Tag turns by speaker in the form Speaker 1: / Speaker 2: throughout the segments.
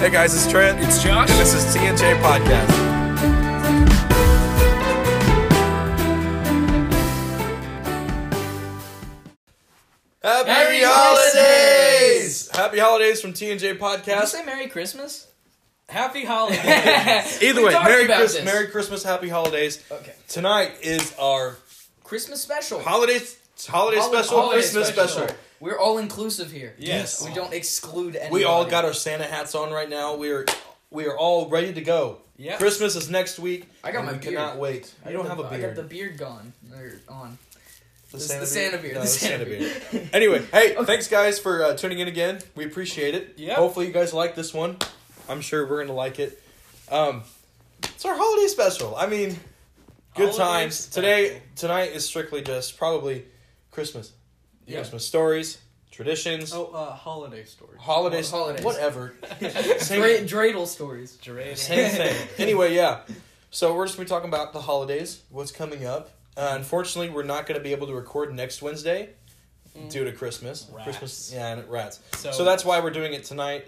Speaker 1: Hey guys, it's Trent.
Speaker 2: It's Josh.
Speaker 1: And this is TNJ Podcast. Happy,
Speaker 2: Merry
Speaker 1: holidays! Happy holidays from TNJ
Speaker 2: Did you
Speaker 1: Podcast.
Speaker 2: say Merry Christmas? Happy holidays.
Speaker 1: Either
Speaker 2: We
Speaker 1: way,
Speaker 2: talked
Speaker 1: Merry
Speaker 2: about
Speaker 1: Christmas,
Speaker 2: this.
Speaker 1: Merry Christmas, Happy Holidays.
Speaker 2: Okay.
Speaker 1: Tonight is our
Speaker 2: Christmas special.
Speaker 1: holiday holiday
Speaker 2: Hol-
Speaker 1: special,
Speaker 2: holiday
Speaker 1: Christmas special.
Speaker 2: We're all inclusive here.
Speaker 1: Yes.
Speaker 2: We don't exclude anyone.
Speaker 1: We all got our Santa hats on right now. We are we are all ready to go.
Speaker 2: Yeah.
Speaker 1: Christmas is next week.
Speaker 2: I got
Speaker 1: and
Speaker 2: my
Speaker 1: we
Speaker 2: beard.
Speaker 1: cannot wait.
Speaker 2: I
Speaker 1: You don't
Speaker 2: got
Speaker 1: have
Speaker 2: the-
Speaker 1: a
Speaker 2: I got
Speaker 1: beard.
Speaker 2: the beard gone. Or on.
Speaker 1: The
Speaker 2: This- the Santa beard.
Speaker 1: No,
Speaker 2: the Santa beard.
Speaker 1: anyway, hey,
Speaker 2: Okay.
Speaker 1: thanks guys for uh, tuning in again. We appreciate it.
Speaker 2: Yep.
Speaker 1: Hopefully you guys like this one. I'm sure we're gonna like it. Um, it's our holiday special. I mean, good
Speaker 2: Holiday
Speaker 1: times.
Speaker 2: special.
Speaker 1: Today, tonight is strictly just probably Christmas,
Speaker 2: Yeah.
Speaker 1: Christmas stories, traditions,
Speaker 3: Oh, uh, holiday story.
Speaker 1: holidays,
Speaker 2: Holidays.
Speaker 1: whatever. Same-
Speaker 2: Dra- dreidel stories.
Speaker 1: Same thing. anyway, yeah. So we're just gonna be talking about the holidays, what's coming up. Uh, unfortunately, we're not gonna be able to record next Wednesday due to Christmas.
Speaker 3: Rats.
Speaker 1: Christmas, yeah, and rats. So,
Speaker 3: So-
Speaker 1: that's why we're doing it tonight,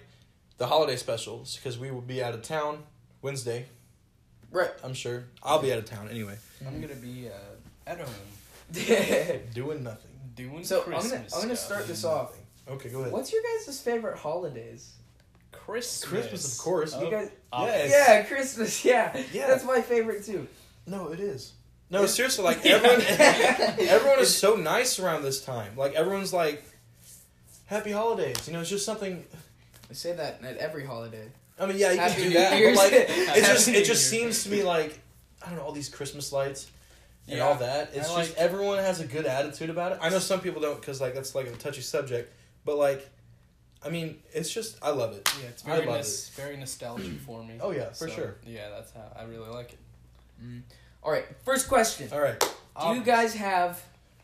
Speaker 1: the holiday specials, because we will be out of town Wednesday.
Speaker 2: Right.
Speaker 1: I'm sure I'll be out of town anyway,
Speaker 3: I'm gonna be uh, at home
Speaker 1: doing nothing.
Speaker 3: doing
Speaker 2: so I'm
Speaker 3: Christmas
Speaker 2: gonna, I'm gonna
Speaker 3: stuff.
Speaker 2: start this off.
Speaker 1: Okay, go ahead.
Speaker 2: What's your guys' favorite holidays?
Speaker 3: Christmas.
Speaker 1: Christmas, of course.
Speaker 3: Oh.
Speaker 2: You guys,
Speaker 1: Yes.
Speaker 2: yeah, Christmas. Yeah.
Speaker 1: Yeah.
Speaker 2: that's my favorite too.
Speaker 1: No, it is. No, seriously, like everyone, everyone is so nice around this time. Like everyone's like, "Happy holidays," you know. It's just something
Speaker 2: I say that at every holiday.
Speaker 1: I mean, yeah, you
Speaker 2: Happy
Speaker 1: can do
Speaker 2: New
Speaker 1: that. But
Speaker 2: Year's.
Speaker 1: like,
Speaker 2: Happy
Speaker 1: it just
Speaker 3: New
Speaker 1: it just
Speaker 3: Year.
Speaker 1: seems to me like I don't know all these Christmas lights and
Speaker 3: Yeah,
Speaker 1: all that. It's
Speaker 3: I
Speaker 1: just
Speaker 3: like-
Speaker 1: everyone has a good attitude about it. I know some people don't because like that's like a touchy subject, but like, I mean, it's just I love it.
Speaker 3: Yeah, it's
Speaker 1: I
Speaker 3: very
Speaker 1: love
Speaker 3: nos- very nostalgic for me.
Speaker 1: Oh, yeah, for sure.
Speaker 3: Yeah, that's how I really like it.
Speaker 2: All right, first question.
Speaker 1: All right,
Speaker 2: Do
Speaker 3: Um,
Speaker 2: you guys have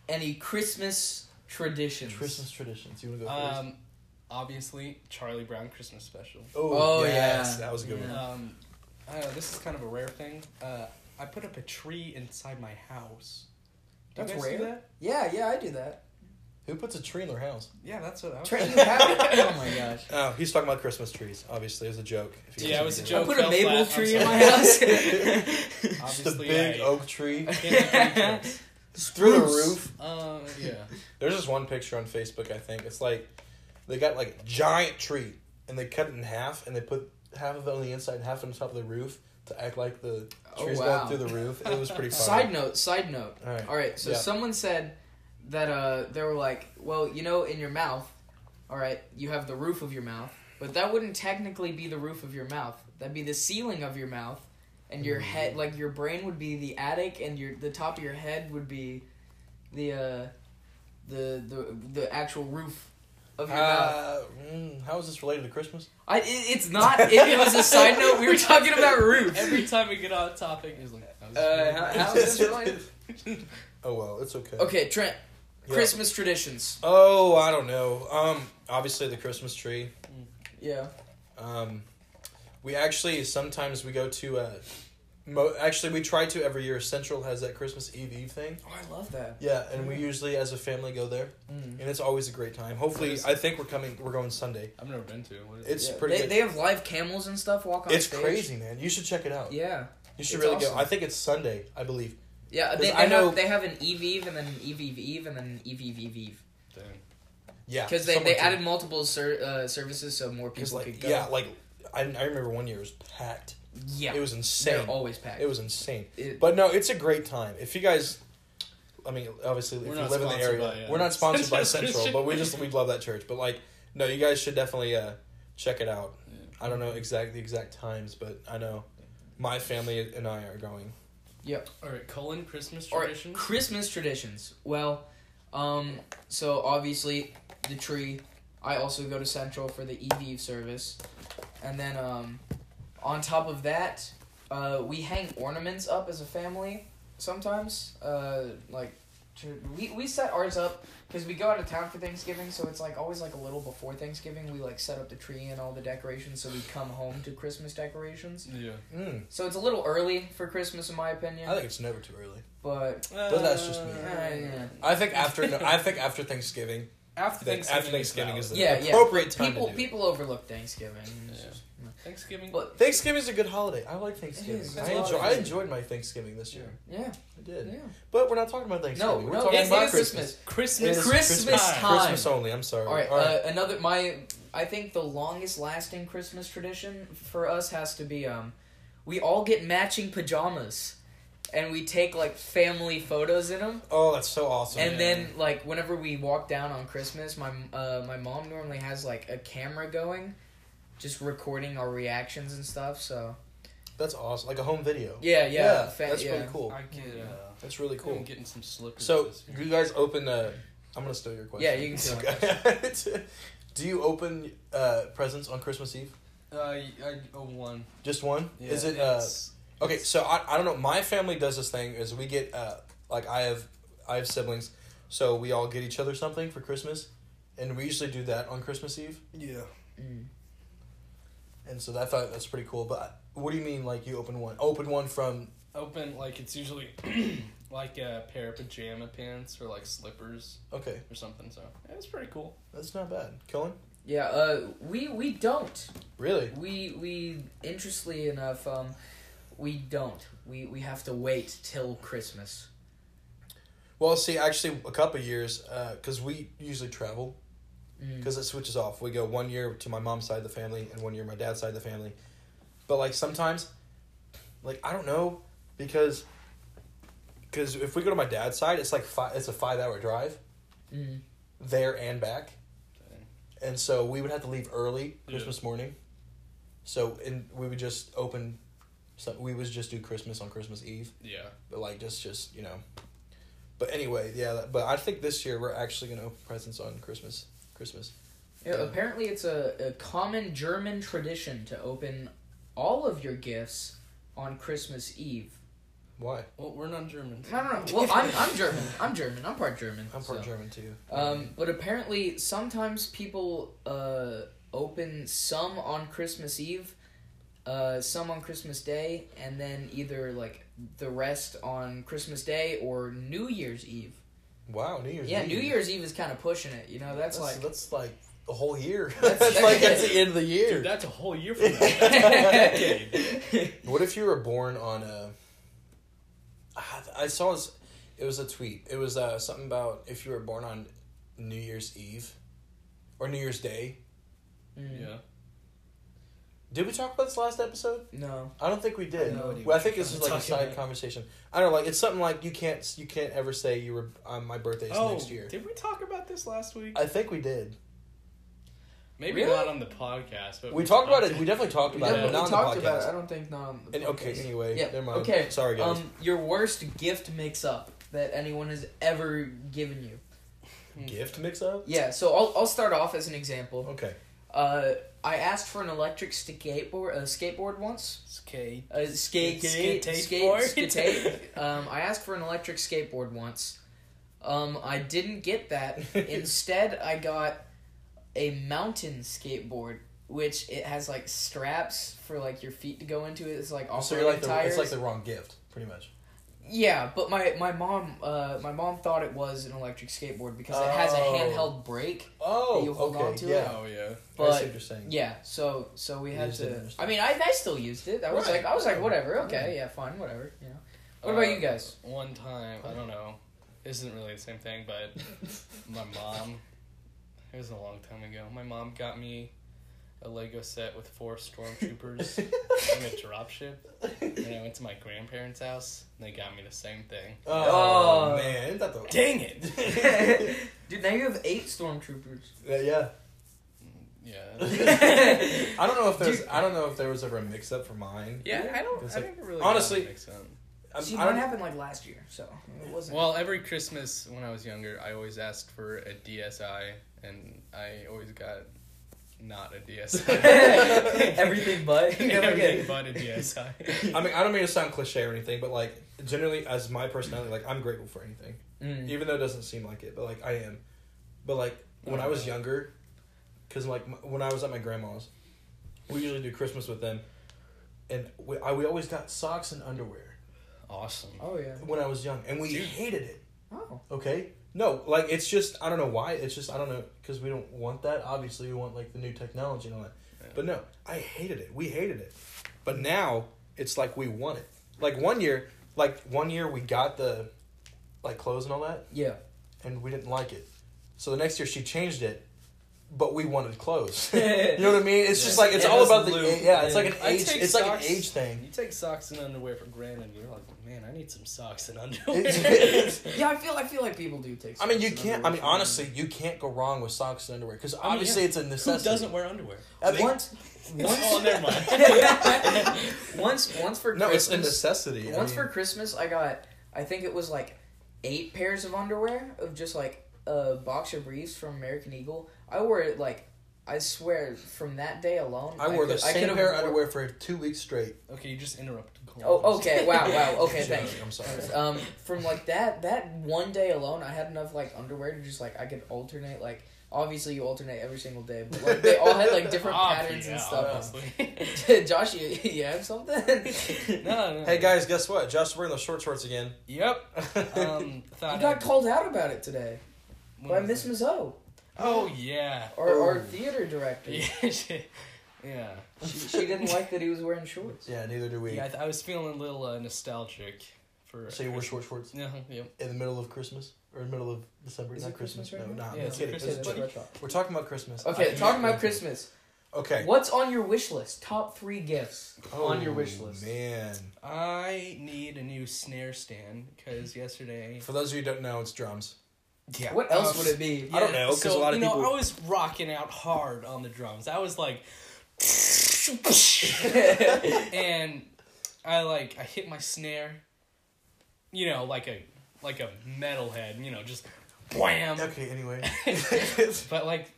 Speaker 2: any Christmas traditions?
Speaker 1: Christmas traditions. You want to go first?
Speaker 3: Um, obviously Charlie Brown Christmas special.
Speaker 2: oh, yeah.
Speaker 1: that was a good one.
Speaker 2: Yeah.
Speaker 3: Um, I don't know. This is kind of a rare thing. Uh, I put up a tree inside my house. Do you
Speaker 2: That's
Speaker 3: guys do
Speaker 2: rare.
Speaker 3: that?
Speaker 2: Yeah, yeah, I do that.
Speaker 1: Who puts a tree in their house?
Speaker 3: Yeah, that's what I was.
Speaker 2: Trent, you have it? Oh my gosh.
Speaker 1: Oh, he's talking about Christmas trees. Obviously, it was a joke. if you
Speaker 3: Yeah, it
Speaker 1: guys
Speaker 3: was a
Speaker 1: didn't
Speaker 2: I
Speaker 3: joke.
Speaker 1: get
Speaker 2: put a
Speaker 3: fell
Speaker 2: maple
Speaker 3: flat, I'm
Speaker 2: tree in my
Speaker 3: sorry.
Speaker 2: house.
Speaker 1: it. Just
Speaker 3: Obviously,
Speaker 1: the big
Speaker 3: I-
Speaker 1: oak tree
Speaker 3: Yeah, tree
Speaker 1: through the
Speaker 2: Spruce.
Speaker 1: roof.
Speaker 3: Um, yeah.
Speaker 1: There's this one picture on Facebook, I think. It's like they got like a giant tree and they cut it in half and they put half of it on the inside and half on top of the roof to act like the
Speaker 2: Oh,
Speaker 1: tree's
Speaker 2: wow.
Speaker 1: going through the roof. It was pretty funny.
Speaker 2: Side note, side note.
Speaker 1: All right.
Speaker 2: All right, so
Speaker 1: Yeah.
Speaker 2: someone said that uh, they were like, well, you know, in your mouth, all right, you have the roof of your mouth, but that wouldn't technically be the roof of your mouth. That'd be the ceiling of your mouth, and
Speaker 1: Hmm.
Speaker 2: your head, like your brain would be the attic, and your the top of your head would be the uh, the the the actual roof of your mouth.
Speaker 1: Uh, mm, how is this related to Christmas?
Speaker 2: I, it, it's not. It, it was a side note. We were talking about roofs.
Speaker 3: Every time we get on topic, it's like. that was
Speaker 2: Uh,
Speaker 3: really-
Speaker 2: how- How is this related?
Speaker 1: oh well, it's okay.
Speaker 2: Okay, Trent.
Speaker 1: Yeah.
Speaker 2: Christmas traditions.
Speaker 1: Oh, I don't know. Um, obviously the Christmas tree.
Speaker 2: Yeah.
Speaker 1: Um, we actually sometimes we go to. Uh, mo- actually, we try to every year. Central has that Christmas Eve Eve thing.
Speaker 2: Oh, I love that.
Speaker 1: Yeah, and we usually as a family go there.
Speaker 2: Mm.
Speaker 1: and it's always a great time. Hopefully, I think we're coming. We're going Sunday.
Speaker 3: I've never been to. What is it?
Speaker 1: It's
Speaker 2: Yeah,
Speaker 1: pretty.
Speaker 2: They,
Speaker 1: good.
Speaker 2: they have live camels and stuff walk on
Speaker 1: it's
Speaker 2: stage.
Speaker 1: crazy, man. You should check it out.
Speaker 2: Yeah.
Speaker 1: you should
Speaker 2: it's
Speaker 1: really
Speaker 2: awesome.
Speaker 1: go. I think it's Sunday. I believe.
Speaker 2: Yeah, they,
Speaker 1: 'Cause
Speaker 2: they,
Speaker 1: I know-
Speaker 2: have, they have an Eve Eve and then an Eve Eve Eve and then an Eve Eve Eve Eve.
Speaker 3: Dang.
Speaker 1: Yeah,
Speaker 2: Because they,
Speaker 1: someone
Speaker 2: they
Speaker 1: told-
Speaker 2: added multiple ser- uh, services so more
Speaker 1: 'cause,
Speaker 2: people
Speaker 1: like,
Speaker 2: could go.
Speaker 1: yeah, like I, I remember one year it was packed.
Speaker 2: Yeah.
Speaker 1: It was
Speaker 2: They're
Speaker 1: insane.
Speaker 2: always packed.
Speaker 1: It was insane.
Speaker 2: It-
Speaker 1: But no, it's a great time. If you guys, I mean, obviously, if
Speaker 3: We're
Speaker 1: you
Speaker 3: not
Speaker 1: live in the
Speaker 3: sponsored
Speaker 1: area,
Speaker 3: by, uh,
Speaker 1: we're not sponsored by
Speaker 3: Central
Speaker 1: Central,
Speaker 3: Christian.
Speaker 1: but we just we love that church. But like, no, you guys should definitely uh, check it out. I don't know exact the exact times, but I know my family and I are going.
Speaker 3: All right, colon Christmas
Speaker 2: All right,
Speaker 3: traditions.
Speaker 2: Christmas traditions. Well, um, so obviously the tree. I also go to Central for the Eve Eve service, and then um, on top of that, uh, we hang ornaments up as a family sometimes. Uh, like, to, we we set ours up because we go out of town for Thanksgiving, so it's like always like a little before Thanksgiving. We like set up the tree and all the decorations, so we come home to Christmas decorations.
Speaker 3: Yeah.
Speaker 1: Mm,
Speaker 2: So it's a little early for Christmas, in my opinion.
Speaker 1: I think it's never too early.
Speaker 2: but
Speaker 1: that's just me.
Speaker 2: yeah, yeah.
Speaker 1: I think after no, I think after Thanksgiving,
Speaker 3: after
Speaker 1: Like,
Speaker 3: Thanksgiving,
Speaker 1: after Thanksgiving is
Speaker 3: is
Speaker 1: the
Speaker 2: Yeah, yeah.
Speaker 1: appropriate time
Speaker 2: people
Speaker 1: to do it.
Speaker 2: people overlook Thanksgiving. It's
Speaker 3: Yeah.
Speaker 2: just-
Speaker 3: Thanksgiving.
Speaker 2: But
Speaker 1: Thanksgiving is a good holiday. I like Thanksgiving.
Speaker 2: is.
Speaker 1: I,
Speaker 3: It's a
Speaker 1: enjoy,
Speaker 3: holiday.
Speaker 1: I enjoyed my Thanksgiving this year.
Speaker 2: yeah,
Speaker 1: I did.
Speaker 2: yeah.
Speaker 1: But we're not talking about
Speaker 2: No,
Speaker 1: Thanksgiving. we're
Speaker 2: no,
Speaker 1: talking
Speaker 2: it's,
Speaker 1: about
Speaker 2: it's Christmas.
Speaker 3: Christmas.
Speaker 1: It is
Speaker 2: Christmas time.
Speaker 1: Christmas only. I'm sorry.
Speaker 2: All right,
Speaker 1: All right.
Speaker 2: Uh, another my I think the longest lasting Christmas tradition for us has to be um we all get matching pajamas and we take like family photos in them
Speaker 1: oh, that's so awesome.
Speaker 2: and
Speaker 3: yeah.
Speaker 2: then like whenever we walk down on Christmas my uh my mom normally has like a camera going just recording our reactions and stuff so
Speaker 1: that's awesome. Like a home video.
Speaker 2: yeah yeah, fa-
Speaker 1: that's
Speaker 2: yeah.
Speaker 1: really cool.
Speaker 3: I get. Uh,
Speaker 1: That's really
Speaker 3: cool. I'm
Speaker 1: cool.
Speaker 3: getting some slippers.
Speaker 1: So,
Speaker 3: this
Speaker 1: do
Speaker 3: year.
Speaker 1: you guys open? Uh, I'm gonna steal your question.
Speaker 2: Yeah, you can steal my
Speaker 1: It's okay. do you open uh, presents on Christmas Eve?
Speaker 3: Uh, I, I owe one.
Speaker 1: Just one?
Speaker 3: Yeah,
Speaker 1: Is it? Uh,
Speaker 3: it's-
Speaker 1: okay, so I, I don't know. My family does this thing is we get uh, like I have I have siblings, so we all get each other something for Christmas, and we usually do that on Christmas Eve.
Speaker 3: yeah.
Speaker 2: Mm.
Speaker 1: And so I thought that's pretty cool. But what do you mean, like you open one? Open one from?
Speaker 3: Open like it's usually like a pair of pajama pants or like slippers
Speaker 1: Okay,
Speaker 3: or something. So yeah, it's pretty cool.
Speaker 1: that's not bad. Killing?
Speaker 2: yeah uh we we don't
Speaker 1: Really?
Speaker 2: We we interestingly enough, um, we don't. We we have to wait till Christmas.
Speaker 1: Well, see, actually, a couple of years, because we usually travel,
Speaker 2: Mm.
Speaker 1: because it switches off. We go one year to my mom's side of the family and one year my dad's side of the family. But like sometimes, like I don't know, because, because if we go to my dad's side, it's like five. It's a five hour drive
Speaker 2: Mm.
Speaker 1: there and back.
Speaker 3: Dang.
Speaker 1: and so we would have to leave early
Speaker 3: Yeah.
Speaker 1: Christmas morning. So and we would just open, so we would just do Christmas on Christmas Eve,
Speaker 3: Yeah.
Speaker 1: but like just just you know. But anyway, yeah. that- But I think this year we're actually gonna open presents on Christmas. Christmas.
Speaker 2: Yeah, apparently, it's a, a common German tradition to open all of your gifts on Christmas Eve.
Speaker 1: Why?
Speaker 3: Well, we're not German.
Speaker 2: No, no, no. Well, I'm I'm German. I'm German. I'm part German.
Speaker 1: I'm part
Speaker 2: so.
Speaker 1: German too.
Speaker 2: Um, but apparently, sometimes people uh, open some on Christmas Eve, uh, some on Christmas Day, and then either like the rest on Christmas Day or New Year's Eve.
Speaker 1: wow, New Year's.
Speaker 2: Yeah,
Speaker 1: Eve.
Speaker 2: New Year's Eve is kind of pushing it. You know, that's,
Speaker 1: that's
Speaker 2: like
Speaker 1: that's like the whole year. That's,
Speaker 2: That's-
Speaker 1: like that's the end of the year.
Speaker 3: Dude, that's a whole year from now. Decade.
Speaker 1: What if you were born on a? I- I saw this. It was a tweet. It was uh, something about if you were born on New Year's Eve, or New Year's Day.
Speaker 2: Mm,
Speaker 3: yeah.
Speaker 1: Did we talk about this last episode?
Speaker 2: no.
Speaker 1: I don't think we did.
Speaker 2: I know what
Speaker 1: well, I think this is
Speaker 3: I'm
Speaker 1: like a
Speaker 3: talking
Speaker 1: side
Speaker 3: about.
Speaker 1: conversation. I don't know. Like it's something like you can't you can't ever say you were um, my birthday is
Speaker 3: Oh,
Speaker 1: next year.
Speaker 3: did we talk about this last week?
Speaker 1: I think we did.
Speaker 3: Maybe
Speaker 2: Really?
Speaker 3: not on the podcast, but
Speaker 1: We talked about it. We definitely talked
Speaker 3: Yeah,
Speaker 1: about it,
Speaker 2: Yeah,
Speaker 1: but
Speaker 2: we
Speaker 1: not on
Speaker 2: talked
Speaker 1: the podcast.
Speaker 2: about it. I don't think not on the
Speaker 1: And- okay.
Speaker 2: podcast.
Speaker 1: Anyway,
Speaker 2: Yeah,
Speaker 1: never mind.
Speaker 2: okay,
Speaker 1: Sorry guys.
Speaker 2: Um, your worst gift mix up that anyone has ever given you.
Speaker 1: Gift mix up.
Speaker 2: Yeah, so I'll I'll start off as an example.
Speaker 1: Okay.
Speaker 2: Uh, I asked for an electric skateboard, uh, skateboard once.
Speaker 3: Skate.
Speaker 2: Uh, skate,
Speaker 3: Skate-
Speaker 2: skate,
Speaker 3: skate
Speaker 2: skate,
Speaker 3: board?
Speaker 2: skate. Um, I asked for an electric skateboard once. Um, I didn't get that. Instead, I got a mountain skateboard, which it has like straps for like your feet to go into. It's like off
Speaker 1: So
Speaker 2: road
Speaker 1: you're like the,
Speaker 2: tires.
Speaker 1: it's like the wrong gift, pretty much.
Speaker 2: yeah, but my my mom, uh, my mom thought it was an electric skateboard because it has a
Speaker 1: Oh.
Speaker 2: handheld brake.
Speaker 1: Oh,
Speaker 2: you hold
Speaker 1: okay.
Speaker 2: on to it?
Speaker 1: yeah.
Speaker 3: Oh yeah.
Speaker 1: I see
Speaker 2: But
Speaker 1: what you're saying.
Speaker 2: Yeah, so so we
Speaker 1: You
Speaker 2: had
Speaker 1: just didn't
Speaker 2: to. I
Speaker 1: understand.
Speaker 2: mean, I, I still used it. I was
Speaker 1: Right.
Speaker 2: like, I was like, whatever,
Speaker 1: Right.
Speaker 2: okay, yeah, fine, whatever. You know. What about you guys?
Speaker 3: Uh, One time, I don't know. This isn't really the same thing, but my mom. It was a long time ago. My mom got me a Lego set with four stormtroopers and a dropship. And I went to my grandparents' house. and They got me the same thing.
Speaker 1: oh,
Speaker 2: Oh.
Speaker 1: man, isn't that the
Speaker 3: Dang it!
Speaker 2: Dude, now you have eight stormtroopers.
Speaker 1: Yeah, yeah.
Speaker 3: Yeah.
Speaker 1: I don't know if there's. I don't know if there was ever a mix up for mine.
Speaker 3: Yeah, I don't.
Speaker 1: It's
Speaker 3: I
Speaker 1: like-
Speaker 3: never really.
Speaker 1: honestly-
Speaker 3: got it mixed up.
Speaker 1: I'm,
Speaker 2: See,
Speaker 1: I
Speaker 2: mine
Speaker 1: don't
Speaker 2: happened like last year, so it wasn't.
Speaker 3: Well, every Christmas when I was younger, I always asked for a DSI, and I always got not a DSI.
Speaker 2: Everything but. You never get-
Speaker 3: Everything but a DSI.
Speaker 1: I mean, I don't mean to sound cliche or anything, but like generally, as my personality, like I'm grateful for anything,
Speaker 2: Mm.
Speaker 1: even though it doesn't seem like it, but like I am. But like when I was younger, because like m- when I was at my grandma's, we usually do Christmas with them, and we I, we always got socks and underwear
Speaker 3: Awesome.
Speaker 2: Oh yeah.
Speaker 1: when I was young, and we
Speaker 3: Dude.
Speaker 1: hated it.
Speaker 2: Oh.
Speaker 1: Okay, No, like it's just I don't know why. It's just I don't know because we don't want that. Obviously, we want like the new technology and all that.
Speaker 3: Yeah.
Speaker 1: But no, I hated it. We hated it. But now it's like we want it. Like one year, like one year we got the like clothes and all that,
Speaker 2: Yeah.
Speaker 1: and we didn't like it. So the next year she changed it, but we wanted clothes. you know what I mean? It's just
Speaker 3: Yeah.
Speaker 1: like it's
Speaker 3: Yeah,
Speaker 1: all
Speaker 3: it's
Speaker 1: about the
Speaker 3: loop.
Speaker 1: yeah. It's
Speaker 3: Yeah.
Speaker 1: like an
Speaker 3: I
Speaker 1: age.
Speaker 3: take
Speaker 1: It's like an
Speaker 3: socks.
Speaker 1: age thing.
Speaker 3: You take socks and underwear for granted. You're like, man, I need some socks and underwear.
Speaker 1: It's-
Speaker 2: Yeah, I feel I feel like people do take.
Speaker 1: I mean, you
Speaker 2: steps in
Speaker 1: can't.
Speaker 2: other
Speaker 1: I mean,
Speaker 2: ways.
Speaker 1: honestly, you can't go wrong with socks and underwear because
Speaker 3: mean,
Speaker 1: obviously
Speaker 3: yeah.
Speaker 1: it's a
Speaker 3: Who
Speaker 1: necessity.
Speaker 3: doesn't wear underwear?
Speaker 1: I think-
Speaker 2: once, once,
Speaker 3: Oh, never mind.
Speaker 2: once, once for
Speaker 1: No, it's
Speaker 2: Christmas.
Speaker 1: a necessity. I
Speaker 2: Once
Speaker 1: mean-
Speaker 2: for Christmas, I got, I think it was like eight pairs of underwear of just like a boxer briefs from American Eagle. I wore it like, I swear, from that day alone.
Speaker 1: I wore the
Speaker 2: could-
Speaker 1: same
Speaker 2: could
Speaker 1: pair
Speaker 2: have
Speaker 1: of
Speaker 2: wore-
Speaker 1: underwear for two weeks straight.
Speaker 3: Okay, you just interrupted. Cole.
Speaker 2: Oh, okay. Wow, wow. Okay,
Speaker 1: Sorry,
Speaker 2: thanks.
Speaker 1: I'm sorry.
Speaker 2: Um, from like that that one day alone, I had enough like underwear to just like I could alternate like. Obviously, you alternate every single day, but like they all had like different
Speaker 3: Obvi-
Speaker 2: patterns
Speaker 3: yeah,
Speaker 2: and stuff.
Speaker 3: obviously.
Speaker 2: Josh, you, you have something?
Speaker 3: no, no.
Speaker 1: Hey guys, guess what? Josh wearing the short shorts again.
Speaker 3: Yep. Um,
Speaker 2: I
Speaker 3: thought
Speaker 2: got
Speaker 3: I'd-
Speaker 2: called out about it today
Speaker 3: when
Speaker 2: by
Speaker 3: was
Speaker 2: Miss
Speaker 3: it?
Speaker 2: Mazzo,
Speaker 3: Oh yeah.
Speaker 2: our, our
Speaker 1: Oh.
Speaker 2: theater director.
Speaker 3: Yeah. she- yeah.
Speaker 2: She, she didn't like that he was wearing shorts.
Speaker 1: yeah, neither do we.
Speaker 3: Yeah, I, th- I was feeling a little uh, nostalgic for.
Speaker 1: so you wore short shorts
Speaker 3: Yeah. Yep.
Speaker 1: in the middle of Christmas or in the middle of December?
Speaker 2: Is
Speaker 1: not
Speaker 2: it Christmas
Speaker 1: Christmas.
Speaker 2: right
Speaker 1: no,
Speaker 2: now?
Speaker 1: not.
Speaker 3: Yeah,
Speaker 1: no,
Speaker 3: it's
Speaker 1: kidding.
Speaker 3: Christmas.
Speaker 1: It's December. We're talking about Christmas.
Speaker 2: Okay,
Speaker 1: I-
Speaker 2: talking about Christmas.
Speaker 1: Okay.
Speaker 2: What's on your wish list? Top three gifts on your
Speaker 1: Oh,
Speaker 2: wish list.
Speaker 1: Man,
Speaker 3: I need a new snare stand because yesterday. Oh,
Speaker 1: for those of you who don't know, it's drums.
Speaker 3: Yeah.
Speaker 2: What else would it be?
Speaker 1: I don't know, 'cause a
Speaker 3: so,
Speaker 1: lot of
Speaker 3: you know,
Speaker 1: people-
Speaker 3: I was rocking out hard on the drums. I was like, and I like I hit my snare, you know, like a like a metalhead, you know, just
Speaker 2: Um,
Speaker 3: wham.
Speaker 1: Okay. Anyway.
Speaker 3: but like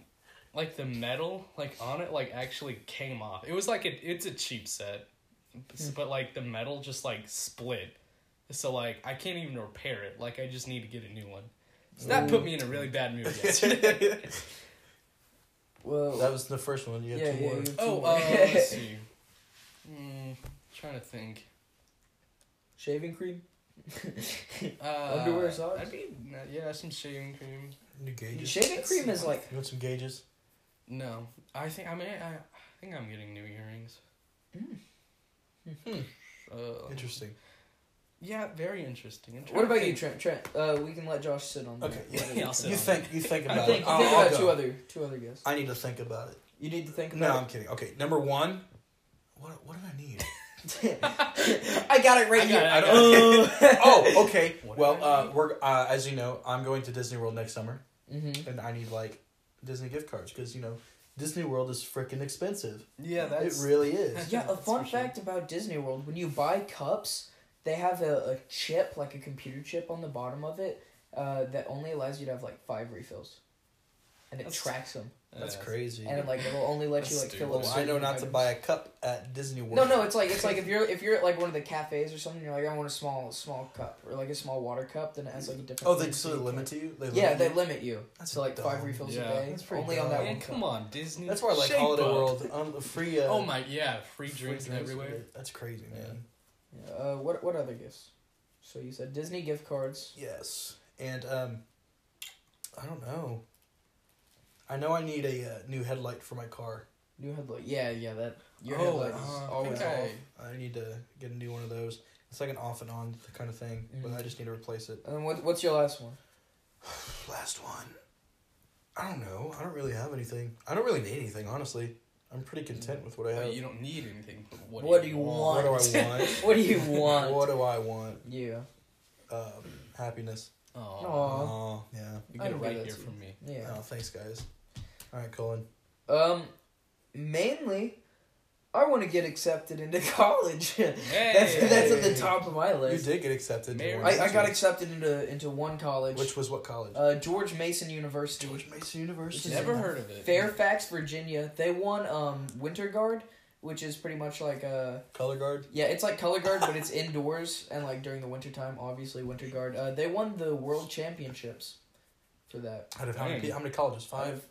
Speaker 3: like the metal like on it like actually came off. It was like a, it's a cheap set,
Speaker 1: Hmm.
Speaker 3: S- but like the metal just like split. So like I can't even repair it. Like I just need to get a new one. So that put me in a really bad mood yesterday.
Speaker 1: that
Speaker 2: Whoa.
Speaker 1: was the first one. You had
Speaker 2: yeah,
Speaker 1: two
Speaker 2: yeah,
Speaker 1: more.
Speaker 2: you have two
Speaker 3: oh,
Speaker 2: more.
Speaker 3: uh, let's
Speaker 2: um,
Speaker 3: see. Mm, trying to think.
Speaker 2: shaving cream.
Speaker 3: Uh,
Speaker 2: Underwear, socks?
Speaker 3: I'd be yeah, some shaving cream.
Speaker 1: New gauges.
Speaker 2: Shaving cream is like
Speaker 1: You want some gauges?
Speaker 3: No, I think I mean I, I think I'm getting new earrings. Uh,
Speaker 1: Interesting.
Speaker 3: yeah, very interesting. I'm trying
Speaker 2: What
Speaker 3: to
Speaker 2: about you,
Speaker 3: think.
Speaker 2: Trent? Trent, uh, we can let Josh sit on that.
Speaker 1: Okay.
Speaker 2: What
Speaker 1: Yeah.
Speaker 2: do you
Speaker 3: I'll sit
Speaker 1: You
Speaker 2: think?
Speaker 3: on
Speaker 1: think. You think
Speaker 3: I
Speaker 1: about
Speaker 3: think-
Speaker 1: it.
Speaker 2: think
Speaker 1: I'll- I'll
Speaker 2: about
Speaker 1: go.
Speaker 2: two other two other guests.
Speaker 1: I need to think about it.
Speaker 2: You need to think
Speaker 1: No,
Speaker 2: about.
Speaker 1: I'm kidding. Okay, number one. What what did I need?
Speaker 2: it. I got it right
Speaker 3: I got
Speaker 2: here.
Speaker 3: it, I got
Speaker 2: oh.
Speaker 1: oh, okay.
Speaker 3: What
Speaker 1: well,
Speaker 3: did I
Speaker 1: uh, we're uh, as you know, I'm going to Disney World next summer,
Speaker 2: Mm-hmm.
Speaker 1: and I need like Disney gift cards because you know Disney World is freaking expensive.
Speaker 3: Yeah, that's
Speaker 1: it really is.
Speaker 3: that's-
Speaker 2: Yeah, a
Speaker 3: That's
Speaker 2: fun
Speaker 3: for sure.
Speaker 2: fact about Disney World: when you buy cups, they have a, a chip, like a computer chip, on the bottom of it uh, that only allows you to have like five refills, and it
Speaker 3: That's-
Speaker 2: tracks them,
Speaker 1: That's
Speaker 3: Yeah.
Speaker 1: crazy.
Speaker 2: and like it'll only let you
Speaker 3: That's
Speaker 2: like fill
Speaker 3: stupid.
Speaker 2: up.
Speaker 1: Well, I know
Speaker 2: certain
Speaker 1: not to
Speaker 2: items.
Speaker 1: buy a cup at Disney World.
Speaker 2: No, no, it's like it's like if you're if you're at like one of the cafes or something, you're like I want a small small cup or like a small water cup, then it has like a different.
Speaker 1: Oh, they
Speaker 2: thing,
Speaker 1: so
Speaker 2: you
Speaker 1: they
Speaker 2: can-
Speaker 1: limit you. They
Speaker 2: Yeah,
Speaker 1: limit
Speaker 2: they
Speaker 1: you?
Speaker 2: limit you.
Speaker 1: That's
Speaker 2: to like five
Speaker 1: dumb.
Speaker 2: refills
Speaker 3: Yeah.
Speaker 2: a day,
Speaker 1: That's pretty
Speaker 2: only on that
Speaker 1: dumb.
Speaker 2: one
Speaker 3: Man,
Speaker 2: cup.
Speaker 3: come on, Disney.
Speaker 1: That's why I like
Speaker 3: Shape
Speaker 1: Holiday
Speaker 3: up.
Speaker 1: World. Um, free. Uh,
Speaker 3: Oh my yeah, free
Speaker 1: free
Speaker 3: drinks
Speaker 1: drinks.
Speaker 3: everywhere.
Speaker 1: That's crazy,
Speaker 3: Yeah.
Speaker 1: man.
Speaker 2: Yeah, Uh, what what other gifts? So you said Disney gift cards.
Speaker 1: Yes, and um, I don't know. I know I need a uh, new headlight for my car.
Speaker 2: New headlight. Yeah, yeah, that your
Speaker 3: Oh,
Speaker 2: headlight is
Speaker 3: uh,
Speaker 2: always
Speaker 3: okay.
Speaker 2: off.
Speaker 1: I need to get a new one of those. It's like an off and on kind of thing, but
Speaker 2: Mm-hmm.
Speaker 1: I just need to replace it.
Speaker 2: And what what's your last one?
Speaker 1: Last one. I don't know. I don't really have anything. I don't really need anything, honestly. I'm pretty content with what I
Speaker 3: But
Speaker 1: have.
Speaker 3: you don't need anything. but What,
Speaker 2: What do you
Speaker 1: What
Speaker 2: want?
Speaker 1: do I want?
Speaker 2: What do you
Speaker 1: what
Speaker 2: want?
Speaker 1: do I want?
Speaker 2: yeah,
Speaker 1: Um, happiness.
Speaker 3: Oh,
Speaker 2: Aw.
Speaker 1: Oh, yeah.
Speaker 3: you
Speaker 2: I
Speaker 3: get it
Speaker 2: agree
Speaker 3: right
Speaker 2: with
Speaker 3: here
Speaker 2: you.
Speaker 3: from me.
Speaker 2: yeah.
Speaker 1: Oh, thanks, guys. All right, Colin.
Speaker 2: Um, mainly, I want to get accepted into college. that's
Speaker 3: Hey!
Speaker 2: that's at the top of my
Speaker 1: You
Speaker 2: list.
Speaker 1: did get accepted. to
Speaker 3: Mary-
Speaker 1: one,
Speaker 2: I, I
Speaker 1: didn't
Speaker 2: got
Speaker 1: you?
Speaker 2: accepted into into one college,
Speaker 1: Which was what college?
Speaker 2: uh, George Mason University.
Speaker 1: George Mason University.
Speaker 2: Never
Speaker 3: Never heard of it.
Speaker 2: Fairfax, Virginia. They won um Winter Guard, which is pretty much like a
Speaker 1: Color guard.
Speaker 2: yeah, it's like color guard, but it's indoors and like during the wintertime, obviously winter guard. Uh, they won the world championships for that.
Speaker 1: Out of how many?
Speaker 3: Dang.
Speaker 1: pe- How many colleges? Five.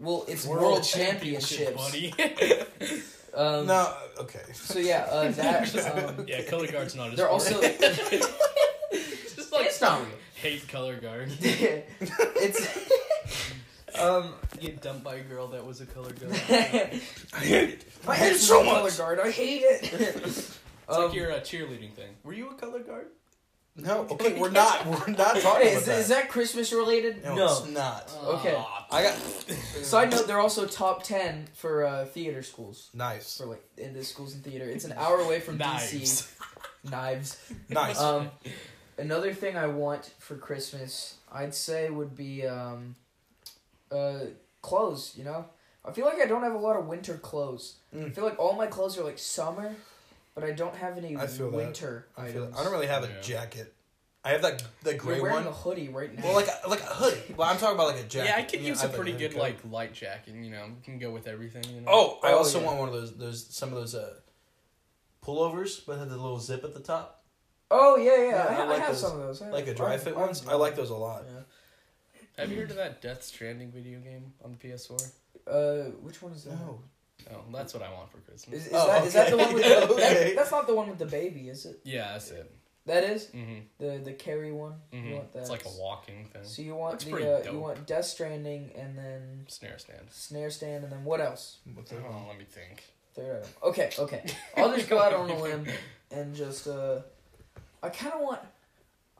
Speaker 2: Well, it's world,
Speaker 3: championship,
Speaker 2: championships.
Speaker 3: buddy.
Speaker 2: Um,
Speaker 1: no. Okay.
Speaker 2: So yeah, uh, that um,
Speaker 3: yeah, color guard's not. a
Speaker 2: they're
Speaker 3: sport.
Speaker 2: also
Speaker 3: It's just like
Speaker 2: it's not real.
Speaker 3: Hate color guard.
Speaker 2: it's um
Speaker 3: Get dumped by a girl that was a color guard.
Speaker 1: I hate it.
Speaker 2: My
Speaker 1: I hate it
Speaker 2: head's
Speaker 1: so
Speaker 2: so
Speaker 1: much.
Speaker 2: color guard. I hate it.
Speaker 3: It's
Speaker 2: Um,
Speaker 3: like your uh, cheerleading thing. Were you a color guard?
Speaker 1: No, okay, we're not. We're not talking
Speaker 2: Hey,
Speaker 1: about
Speaker 2: oh, is,
Speaker 1: that.
Speaker 2: is that Christmas related?
Speaker 1: No, it's not.
Speaker 2: Okay.
Speaker 1: I got
Speaker 2: Side note: They're also top ten for uh, theater schools
Speaker 1: nice,
Speaker 2: for like in the schools and theater. It's an hour away from DC.
Speaker 3: Knives.
Speaker 2: Knives.
Speaker 1: nice.
Speaker 2: Um, another thing I want for Christmas, I'd say, would be um, uh, clothes. You know, I feel like I don't have a lot of winter clothes. I
Speaker 1: Mm.
Speaker 2: feel like all my clothes are like summer, but I don't have any
Speaker 1: I feel that.
Speaker 2: winter
Speaker 1: I, feel
Speaker 2: items.
Speaker 1: that. I don't really have a
Speaker 3: Yeah.
Speaker 1: jacket. I have that that
Speaker 2: You're
Speaker 1: gray
Speaker 2: wearing
Speaker 1: one.
Speaker 2: a hoodie right now.
Speaker 1: Well, like a, like a hoodie. Well, I'm talking about like a jacket.
Speaker 3: Yeah, I could
Speaker 1: You know,
Speaker 3: use a
Speaker 1: have,
Speaker 3: pretty
Speaker 1: hood
Speaker 3: good
Speaker 1: coat.
Speaker 3: like light jacket. You know, you can go with everything. You know.
Speaker 1: Oh, I
Speaker 2: Oh,
Speaker 1: also
Speaker 2: yeah.
Speaker 1: want one of those those some of those uh, pullovers, but have the little zip at the top,
Speaker 2: oh yeah, yeah.
Speaker 1: Yeah,
Speaker 2: I,
Speaker 1: I
Speaker 2: ha- I
Speaker 1: like
Speaker 2: have
Speaker 1: those-
Speaker 2: some of those. I have-
Speaker 1: like a dry
Speaker 2: I've-
Speaker 1: fit
Speaker 2: I've-
Speaker 1: ones. I like those a lot.
Speaker 3: Have you heard of that Death Stranding video game on the PS4?
Speaker 2: Uh, which one is that?
Speaker 1: No,
Speaker 3: Oh, that's what I want for Christmas.
Speaker 2: Is, is
Speaker 1: Oh,
Speaker 2: that is that the
Speaker 1: okay.
Speaker 2: one with the, that-
Speaker 1: Okay.
Speaker 2: that's not the one with the baby, is it?
Speaker 3: yeah, that's it.
Speaker 2: That is
Speaker 3: hmm
Speaker 2: the the carry one.
Speaker 3: hmm
Speaker 2: You want that?
Speaker 3: It's like a walking thing.
Speaker 2: So you want
Speaker 3: Looks
Speaker 2: the
Speaker 3: pretty
Speaker 2: uh,
Speaker 3: dope.
Speaker 2: you want Death Stranding and then
Speaker 3: Snare stand.
Speaker 2: Snare Stand and then what else?
Speaker 1: What's that?
Speaker 3: Oh, let me think.
Speaker 2: Third item. Okay, okay. I'll just go out on a limb and just uh, I kind of want,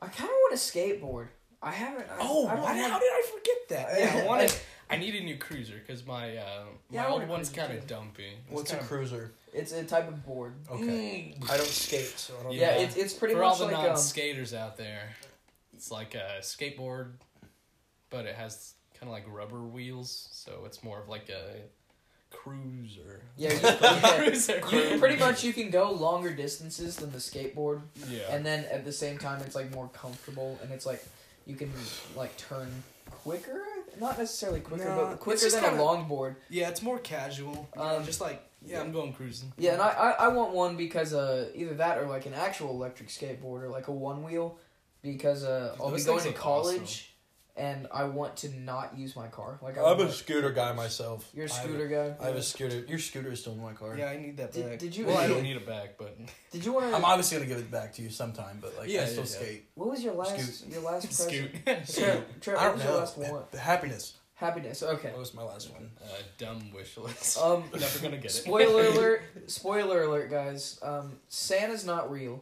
Speaker 2: I kind of want a skateboard. I haven't. I,
Speaker 1: Oh,
Speaker 2: I don't
Speaker 1: why-
Speaker 2: have-
Speaker 1: how did I forget that?
Speaker 2: I-
Speaker 3: Yeah, I want
Speaker 2: I-
Speaker 3: it. I need a new cruiser because my uh,
Speaker 2: Yeah, I
Speaker 3: my
Speaker 2: want
Speaker 3: old
Speaker 2: a
Speaker 3: one's
Speaker 2: cruiser
Speaker 3: kind of
Speaker 2: too.
Speaker 3: dumpy. It's
Speaker 1: What's a
Speaker 3: kinda-
Speaker 1: cruiser?
Speaker 2: It's a type of board.
Speaker 1: Mm. Okay, I don't skate, so I don't.
Speaker 2: Yeah,
Speaker 3: Yeah.
Speaker 2: it's it's mm, pretty
Speaker 3: For all
Speaker 2: much
Speaker 3: the
Speaker 2: like um,
Speaker 3: non-skaters out there, it's like a skateboard, but it has kind of like rubber wheels, so it's more of like a cruiser.
Speaker 2: yeah, you, yeah.
Speaker 3: cruiser.
Speaker 2: You- pretty much you can go longer distances than the skateboard,
Speaker 3: Yeah.
Speaker 2: and then at the same time it's like more comfortable and it's like you can like turn quicker, not necessarily quicker,
Speaker 1: No,
Speaker 2: but
Speaker 1: it's
Speaker 2: quicker
Speaker 1: just
Speaker 2: than a
Speaker 1: kinda-
Speaker 2: longboard.
Speaker 1: yeah, it's more casual.
Speaker 2: you know, Um,
Speaker 1: just like
Speaker 3: yeah, I'm going cruising.
Speaker 2: Yeah, and I, I, I want one because uh either that or like an actual electric skateboard or like a one wheel because uh I'll
Speaker 3: Those
Speaker 2: be going
Speaker 3: things
Speaker 2: to
Speaker 3: look
Speaker 2: college and I want to not use my car. Like I
Speaker 1: I'm a
Speaker 2: want-
Speaker 1: scooter guy myself.
Speaker 2: you're a
Speaker 1: I have
Speaker 2: scooter guy.
Speaker 1: I have a scooter. Your scooter is still in my car.
Speaker 4: Yeah, I need that
Speaker 2: Did-
Speaker 4: back.
Speaker 2: did you-
Speaker 3: Well, I
Speaker 2: Yeah.
Speaker 3: don't need it back, but
Speaker 2: Did you want
Speaker 1: I'm
Speaker 2: to?
Speaker 1: obviously gonna give it back to you sometime, but like I
Speaker 3: Yeah, yeah,
Speaker 1: still
Speaker 3: yeah.
Speaker 1: skate.
Speaker 2: What was your last
Speaker 1: Scoot.
Speaker 2: your last
Speaker 3: scoot.
Speaker 2: present?
Speaker 3: uh,
Speaker 2: Trent, Trent,
Speaker 1: I
Speaker 2: what
Speaker 1: don't
Speaker 2: was your
Speaker 1: know.
Speaker 2: last one?
Speaker 1: The happiness.
Speaker 2: Happiness. Okay.
Speaker 1: That was my last one.
Speaker 3: Uh, dumb wish list.
Speaker 2: Um,
Speaker 3: Never gonna get it.
Speaker 2: spoiler alert! Spoiler alert, guys. Um, Santa's not real.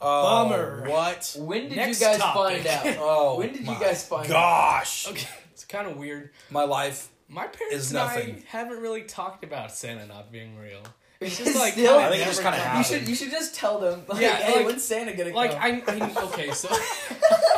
Speaker 1: Oh,
Speaker 3: Bummer.
Speaker 1: What?
Speaker 2: When did
Speaker 3: Next
Speaker 2: you guys
Speaker 3: topic.
Speaker 2: find out?
Speaker 1: Oh.
Speaker 2: When did you
Speaker 1: my
Speaker 2: guys find
Speaker 1: Gosh.
Speaker 3: Okay, it's kind of weird.
Speaker 1: My life.
Speaker 3: My parents
Speaker 1: Is
Speaker 3: and I
Speaker 1: nothing.
Speaker 3: haven't really talked about Santa not being real.
Speaker 2: It's
Speaker 3: just like
Speaker 2: still.
Speaker 1: I think it just
Speaker 3: never
Speaker 1: kinda
Speaker 3: comes-
Speaker 2: you
Speaker 1: happened.
Speaker 2: should you should just tell them like,
Speaker 3: Yeah,
Speaker 2: hey,
Speaker 3: like-
Speaker 2: when's Santa gonna
Speaker 3: Like
Speaker 2: come?
Speaker 3: I, I okay, so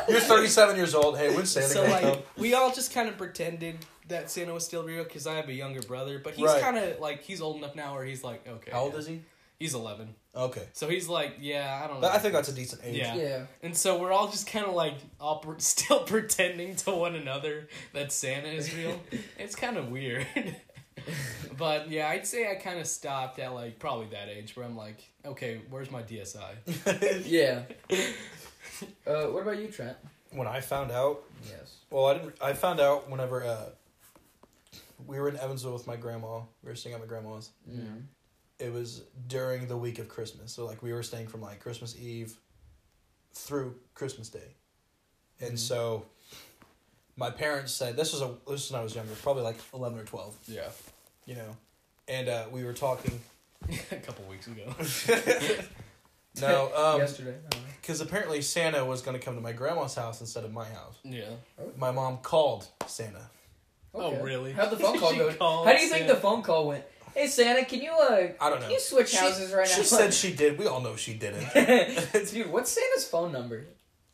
Speaker 1: You're 37 years old. Hey, when's Santa
Speaker 3: so
Speaker 1: gonna
Speaker 3: like
Speaker 1: come?
Speaker 3: we all just kind of pretended that Santa was still real because I have a younger brother, but he's
Speaker 1: Right.
Speaker 3: kind of like he's old enough now where he's like okay,
Speaker 1: How old is he?
Speaker 3: he's eleven,
Speaker 1: Okay.
Speaker 3: so he's like yeah I don't. know.
Speaker 1: But I think that's a decent age.
Speaker 3: Yeah.
Speaker 2: yeah.
Speaker 3: And so we're all just kind of like all pr- still pretending to one another that Santa is real. it's kind of weird. but yeah, I'd say I kind of stopped at like probably that age where I'm like, okay, where's my DSI?
Speaker 2: Yeah. Uh, what about you, Trent?
Speaker 1: when I found out,
Speaker 2: Yes.
Speaker 1: well, I didn't. I found out whenever uh, we were in Evansville with my grandma. We were staying at my grandma's.
Speaker 2: Mm.
Speaker 1: It was during the week of Christmas, so like we were staying from like Christmas Eve through Christmas Day, and
Speaker 2: Mhm.
Speaker 1: so my parents said this was a this was when I was younger, probably like eleven or twelve,
Speaker 3: Yeah,
Speaker 1: you know, and uh, we were talking.
Speaker 3: a couple weeks ago.
Speaker 1: No, um,
Speaker 2: Yesterday.
Speaker 1: because apparently Santa was gonna come to my grandma's house instead of my house.
Speaker 3: Yeah.
Speaker 1: My mom called Santa.
Speaker 3: Oh, really?
Speaker 2: How'd the phone call
Speaker 3: She
Speaker 2: go?
Speaker 3: called
Speaker 2: How do you think
Speaker 3: Santa.
Speaker 2: the phone call went? Hey Santa, can you uh,
Speaker 1: I don't know.
Speaker 2: can you switch
Speaker 1: She-
Speaker 2: houses right
Speaker 1: she
Speaker 2: now?
Speaker 1: said she did. We all know she didn't.
Speaker 2: Dude, what's Santa's phone number?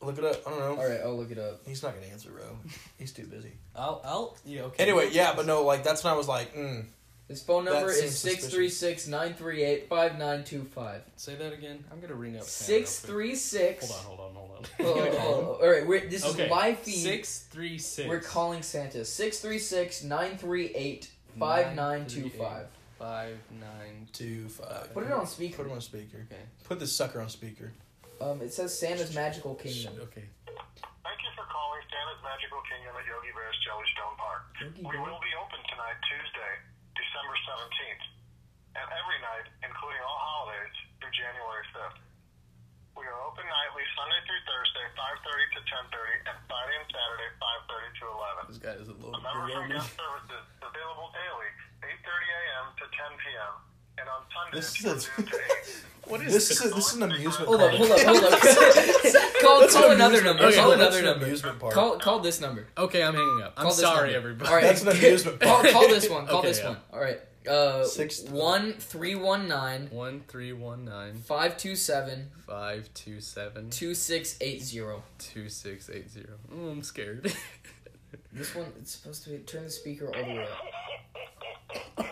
Speaker 1: Look it up. I don't know.
Speaker 2: All right, I'll look it up.
Speaker 1: He's not gonna answer, bro. He's too busy.
Speaker 3: I'll, I'll, yeah, okay.
Speaker 1: Anyway, yeah, but no, like that's when I was like, mm.
Speaker 2: His phone
Speaker 1: That
Speaker 2: number is
Speaker 1: seems
Speaker 2: six three six nine three eight five nine two five.
Speaker 3: say that again. I'm gonna ring up Santa
Speaker 2: Six
Speaker 3: real quick.
Speaker 2: three six.
Speaker 3: Hold on, hold on,
Speaker 2: Oh,
Speaker 3: hold on.
Speaker 2: oh, oh, all right, we're, this
Speaker 3: okay.
Speaker 2: is my feed.
Speaker 3: Six three six.
Speaker 2: We're calling Santa six three six nine three eight five nine two five.
Speaker 3: five nine.
Speaker 1: Two five.
Speaker 2: Put it on
Speaker 1: Put
Speaker 2: speaker.
Speaker 1: him on speaker.
Speaker 3: Okay.
Speaker 1: Put this sucker on speaker.
Speaker 2: Um, it says Santa's Magical Kingdom.
Speaker 3: Okay.
Speaker 5: Thank you for calling Santa's Magical Kingdom at Yogi Bear's Jellystone Park.
Speaker 2: Yogi
Speaker 5: We
Speaker 2: Bear?
Speaker 5: will be open tonight, Tuesday, December 17th, and every night, including all holidays, through January 5th. We are open nightly, Sunday through Thursday, 5.30 to 10.30, and Friday and Saturday, 5.30 to 11.
Speaker 3: This guy is a little
Speaker 5: A member
Speaker 3: below
Speaker 5: from
Speaker 3: me.
Speaker 5: guest services available daily, 8.30 a.m. to 10 p.m., and on Sundays
Speaker 1: This
Speaker 5: from
Speaker 1: is a-
Speaker 5: noon to 8.
Speaker 3: What is
Speaker 1: This is a, this is an amusement.
Speaker 2: Hold up,
Speaker 1: park.
Speaker 2: hold up, hold up. call
Speaker 1: That's
Speaker 2: call
Speaker 1: an
Speaker 2: another
Speaker 1: amusement-
Speaker 2: number.
Speaker 1: okay,
Speaker 2: Call
Speaker 1: well, that's
Speaker 2: another
Speaker 1: an
Speaker 2: number.
Speaker 1: Amusement park.
Speaker 2: Call call this number.
Speaker 3: Okay, I'm hanging up. I'm
Speaker 2: Call this
Speaker 3: sorry,
Speaker 2: number.
Speaker 3: everybody.
Speaker 2: All right.
Speaker 1: That's an amusement
Speaker 2: Call,
Speaker 1: park.
Speaker 2: call this one. Call
Speaker 3: Okay,
Speaker 2: this
Speaker 3: yeah.
Speaker 2: one. All right. Uh,
Speaker 1: Six-
Speaker 2: one three one nine
Speaker 3: One three one nine
Speaker 2: five two seven
Speaker 3: five two seven
Speaker 2: two six eight zero.
Speaker 3: two six eight zero. Oh, I'm scared.
Speaker 2: This one it's supposed to be turn the speaker all the way up.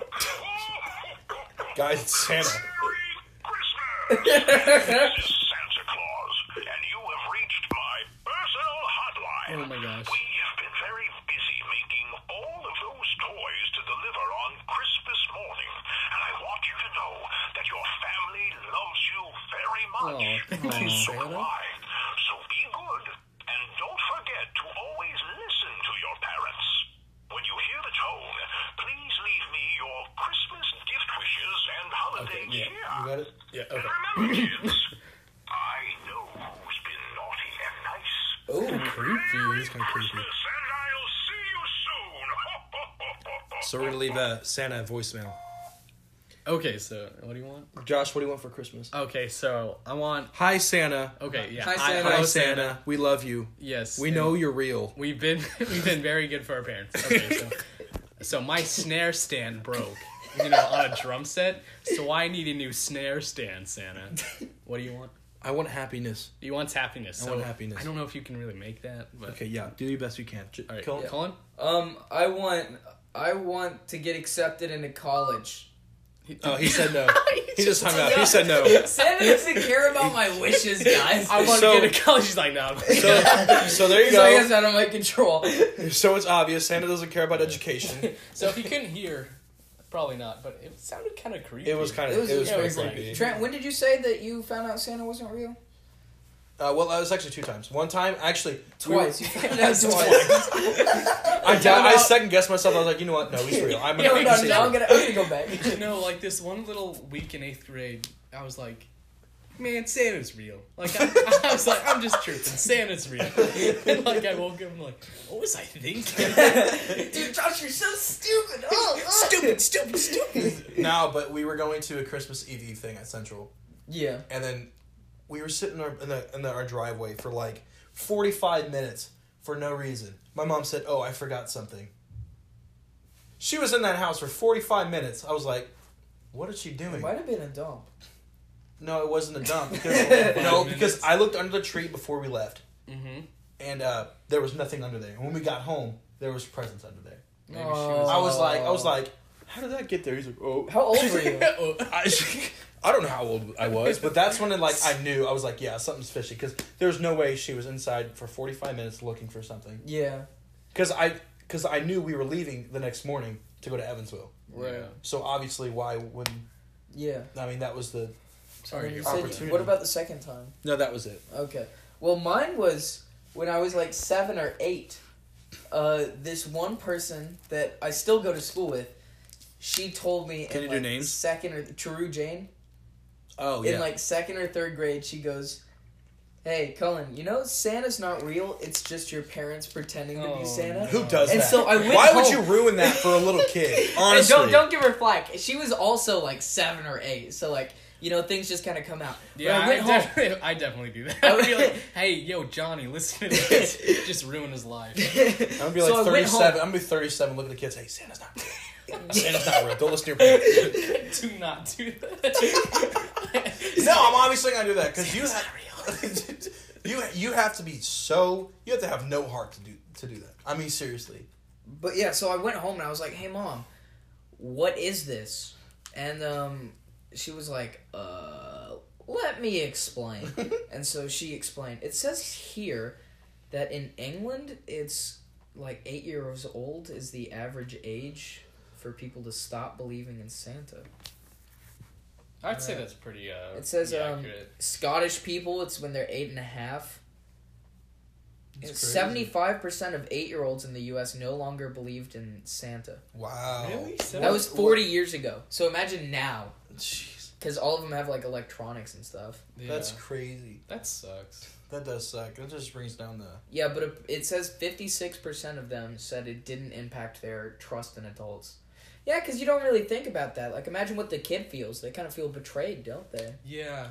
Speaker 1: Guys, it's Santa.
Speaker 5: Merry Christmas! This is Santa Claus, and you have reached my personal hotline.
Speaker 3: Oh my gosh.
Speaker 5: We have been very busy making all of those toys to deliver on Christmas morning, and I want you to know that your family loves you very much.
Speaker 3: Oh, thank you,
Speaker 5: so do
Speaker 3: Santa.
Speaker 5: I. So be good, and don't forget to always listen to your parents. When you hear the tone, please leave me your Christmas gift wishes and holiday
Speaker 3: yeah.
Speaker 5: cheer.
Speaker 1: You got it?
Speaker 3: yeah.
Speaker 5: And remember, kids, I know who's been naughty and nice.
Speaker 2: Oh,
Speaker 3: Creepy.
Speaker 5: Merry
Speaker 3: It's kind of creepy.
Speaker 5: Christmas, and I'll see you soon. Ho, ho, ho, ho, ho.
Speaker 1: So we're gonna leave uh, Santa a voicemail.
Speaker 3: Okay, so what do you want?
Speaker 1: Josh, what do you want for Christmas?
Speaker 3: Okay, so I want.
Speaker 1: Hi Santa.
Speaker 3: Okay, yeah.
Speaker 2: Hi,
Speaker 3: I-
Speaker 2: Santa.
Speaker 1: Hi
Speaker 3: hello,
Speaker 1: Santa. We love you.
Speaker 3: Yes.
Speaker 1: We
Speaker 3: and
Speaker 1: know you're real.
Speaker 3: We've been we've been very good for our parents. Okay, so so my snare stand broke, you know, on a drum set. So I need a new snare stand, Santa. What do you want?
Speaker 1: I want happiness.
Speaker 3: You want happiness.
Speaker 1: I
Speaker 3: so
Speaker 1: want happiness.
Speaker 3: I don't know if you can really make that, but
Speaker 1: Okay, yeah. Do your best you can. J-
Speaker 3: All right,
Speaker 1: Colin?
Speaker 3: Colin.
Speaker 2: Um, I want I want to get accepted into college.
Speaker 1: Oh, he said no. he just hung up. He said no.
Speaker 2: Santa doesn't care about my wishes, guys.
Speaker 3: I want
Speaker 1: So-
Speaker 3: to get to college. He's like, no.
Speaker 1: So, so there you
Speaker 2: He's like,
Speaker 1: go.
Speaker 2: that's out of my control.
Speaker 1: So it's obvious Santa doesn't care about education.
Speaker 3: so if you couldn't hear, probably not. But it sounded kind of creepy.
Speaker 1: It was kind of
Speaker 2: It was,
Speaker 1: it was
Speaker 2: yeah, it was
Speaker 1: very
Speaker 2: like-
Speaker 1: creepy.
Speaker 2: Trent, when did you say that you found out Santa wasn't real?
Speaker 1: Uh, well, it was actually two times. One time, actually, we were-
Speaker 2: Twice. You found out twice.
Speaker 1: I,
Speaker 2: found out-
Speaker 1: second guessed myself. I was like, you know what? No, Oh, he's real. I'm gonna
Speaker 2: no,
Speaker 1: make
Speaker 2: no,
Speaker 1: this
Speaker 2: no, I'm
Speaker 1: real.
Speaker 2: gonna, I'm gonna go back.
Speaker 3: You know, like this one little week in eighth grade, I was like, man, Santa's real. Like, I, I was like, I'm just tripping. Santa's real. And, like, I woke up and like, what was I thinking?
Speaker 2: Dude, Josh, you're so stupid. Oh, oh.
Speaker 3: stupid, stupid, stupid.
Speaker 1: No, but we were going to a Christmas Eve Eve thing at Central,
Speaker 2: Yeah.
Speaker 1: and then we were sitting in, our, in, the, in the, our driveway for like 45 minutes for no reason. My mom said, "Oh, I forgot something." She was in that house for 45 minutes. I was like, "What is she doing?"
Speaker 2: Might have been a dump.
Speaker 1: No, it wasn't a dump because no, because
Speaker 3: minutes.
Speaker 1: I looked under the tree before we left,
Speaker 3: Mm-hmm.
Speaker 1: and uh, there was nothing under there. And when we got home, there was presents under there.
Speaker 3: Maybe she was-
Speaker 1: I was like, I was like, how did that get there? He's like, oh,
Speaker 2: Oh. How old were you?
Speaker 3: Oh,
Speaker 1: I, I don't know how old I was, but that's when it, like I knew I was like, yeah, something's fishy because there's no way she was inside for 45 minutes looking for something
Speaker 2: yeah.
Speaker 1: because I because I knew we were leaving the next morning to go to Evansville.
Speaker 3: Yeah.
Speaker 1: So obviously, why would
Speaker 2: Yeah.
Speaker 1: I mean that was the
Speaker 2: And
Speaker 3: Sorry.
Speaker 2: you said-
Speaker 1: Opportunity.
Speaker 2: what about the second time?
Speaker 1: no that was it.
Speaker 2: Okay. Well, mine was when I was like seven or eight. Uh, this one person that I still go to school with, she told me.
Speaker 1: Can
Speaker 2: in,
Speaker 1: you do
Speaker 2: like,
Speaker 1: names?
Speaker 2: Second or Cheru Jane.
Speaker 1: Oh
Speaker 2: in like second or third grade, she goes, "Hey, Cullen, you know Santa's not real. It's just your parents pretending to
Speaker 3: Oh,
Speaker 2: be Santa."
Speaker 1: who does
Speaker 2: And
Speaker 1: that?
Speaker 2: so I went
Speaker 1: Why would
Speaker 2: home.
Speaker 1: you ruin that for a little kid?
Speaker 2: And
Speaker 1: Honestly,
Speaker 2: don't don't give her flack. She was also like seven or eight, so like you know things just kind of come out. But
Speaker 3: Yeah,
Speaker 2: I
Speaker 3: I,
Speaker 2: went home.
Speaker 3: definitely, I definitely do that. I'd be like, hey, yo, Johnny, listen to this. Just ruin his life.
Speaker 1: I'm gonna be like
Speaker 2: So I went
Speaker 1: 37. I'm
Speaker 2: home.
Speaker 1: gonna be 37. Look at the kids. Hey, Santa's not real. Santa's not real. Don't listen to your parents.
Speaker 3: do not do that.
Speaker 1: No, I'm obviously gonna do that because you have you you have to be so you have to have no heart to do to do that. I mean, seriously.
Speaker 2: But yeah, so I went home and I was like, "Hey, mom, what is this?" And um, she was like, "Uh, let me explain." and so she explained. It says here that in England, it's like eight years old is the average age for people to stop believing in Santa.
Speaker 3: I'd say that's pretty uh,
Speaker 2: It says um,
Speaker 3: accurate.
Speaker 2: Scottish people, it's when they're eight and a half.
Speaker 1: That's crazy.
Speaker 2: Seventy-five percent of eight-year-olds in the U.S. no longer believed in Santa.
Speaker 1: Wow.
Speaker 3: Really?
Speaker 2: That was 40
Speaker 1: Or-
Speaker 2: years ago. So imagine now.
Speaker 1: Jeez.
Speaker 2: because all of them have like electronics and stuff.
Speaker 3: Yeah,
Speaker 1: That's crazy.
Speaker 3: that sucks.
Speaker 1: That does suck. That just brings down the.
Speaker 2: Yeah, but it, it says fifty six percent of them said it didn't impact their trust in adults. Yeah, because you don't really think about that. Like, imagine what the kid feels. They kind of feel betrayed, don't they?
Speaker 3: Yeah,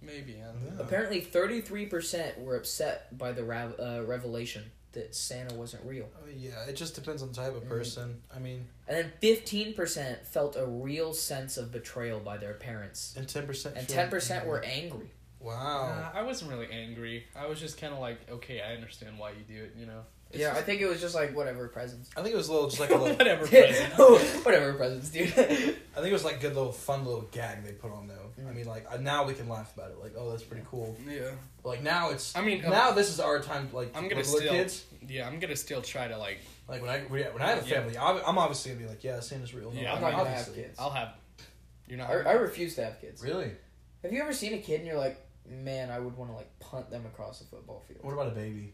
Speaker 3: maybe. I don't know.
Speaker 2: Apparently, thirty three percent were upset by the rav- uh, revelation that Santa wasn't real,
Speaker 1: Oh, yeah, it just depends on the type
Speaker 2: Mm.
Speaker 1: of person. I mean,
Speaker 2: and then fifteen percent felt a real sense of betrayal by their parents,
Speaker 1: and ten percent.
Speaker 2: and ten percent were angry.
Speaker 1: Wow.
Speaker 3: Uh, I wasn't really angry. I was just kind of like, okay, I understand why you do it. You know. It's
Speaker 2: yeah, I
Speaker 3: just-
Speaker 2: think it was just like whatever presents.
Speaker 1: I think it was a little, just like a little.
Speaker 3: whatever. present.
Speaker 2: Oh, whatever presents,
Speaker 1: I
Speaker 2: dude.
Speaker 1: think it was like good little fun little gag they put on though.
Speaker 2: Mm.
Speaker 1: I mean, like I- now we can laugh about it. Like, oh, that's pretty cool.
Speaker 3: Yeah.
Speaker 1: But, like now it's.
Speaker 3: I mean, uh,
Speaker 1: now this is our time. Like,
Speaker 3: I'm
Speaker 1: when
Speaker 3: gonna
Speaker 1: we were
Speaker 3: still.
Speaker 1: kids.
Speaker 3: Yeah, I'm gonna still try to like.
Speaker 1: Like when I when I- when I have a
Speaker 3: Yeah.
Speaker 1: family, I'm I'm obviously gonna be like, yeah, Santa's real.
Speaker 3: Yeah,
Speaker 1: I'm
Speaker 3: I'm not gonna
Speaker 2: have kids.
Speaker 3: I'll have. You're not.
Speaker 2: I, I refuse to have kids.
Speaker 1: Really?
Speaker 2: Have you ever seen a kid and you're like, man, I would want to like punt them across the football field?
Speaker 1: What about a baby?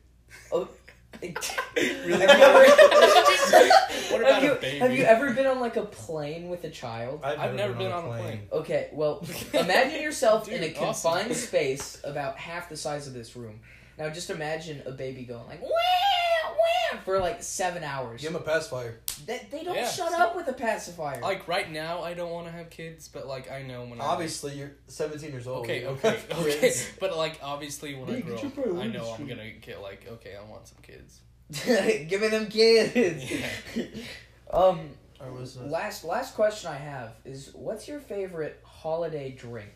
Speaker 2: Oh, really? Have you,
Speaker 3: What
Speaker 2: ever,
Speaker 3: about
Speaker 2: have,
Speaker 3: a
Speaker 2: you,
Speaker 3: baby?
Speaker 2: have you ever been on like a plane with a child?
Speaker 3: I've never been on a plane.
Speaker 2: Okay, well, imagine yourself in a
Speaker 3: Dude, awesome.
Speaker 2: confined space about half the size of this room. Now just imagine a baby going like, wah, wah, for like seven hours.
Speaker 1: Give him a pacifier.
Speaker 2: They, they don't
Speaker 3: Yeah.
Speaker 2: shut up with a pacifier.
Speaker 3: like right now, I don't want to have kids, but like I know when.
Speaker 1: Obviously, you're 17 years
Speaker 3: I,
Speaker 1: old.
Speaker 3: okay,
Speaker 1: You
Speaker 3: okay,
Speaker 1: have
Speaker 3: okay.
Speaker 1: Oh, kids.
Speaker 3: But like obviously, when I
Speaker 1: Dude,
Speaker 3: grow,
Speaker 1: get your brother
Speaker 3: up, I
Speaker 1: on the
Speaker 3: know I'm
Speaker 1: street.
Speaker 3: gonna get like, okay, I want some kids.
Speaker 2: Giving them kids.
Speaker 3: Yeah.
Speaker 2: um,
Speaker 1: Or was it-
Speaker 2: last last question I have is, what's your favorite holiday drink?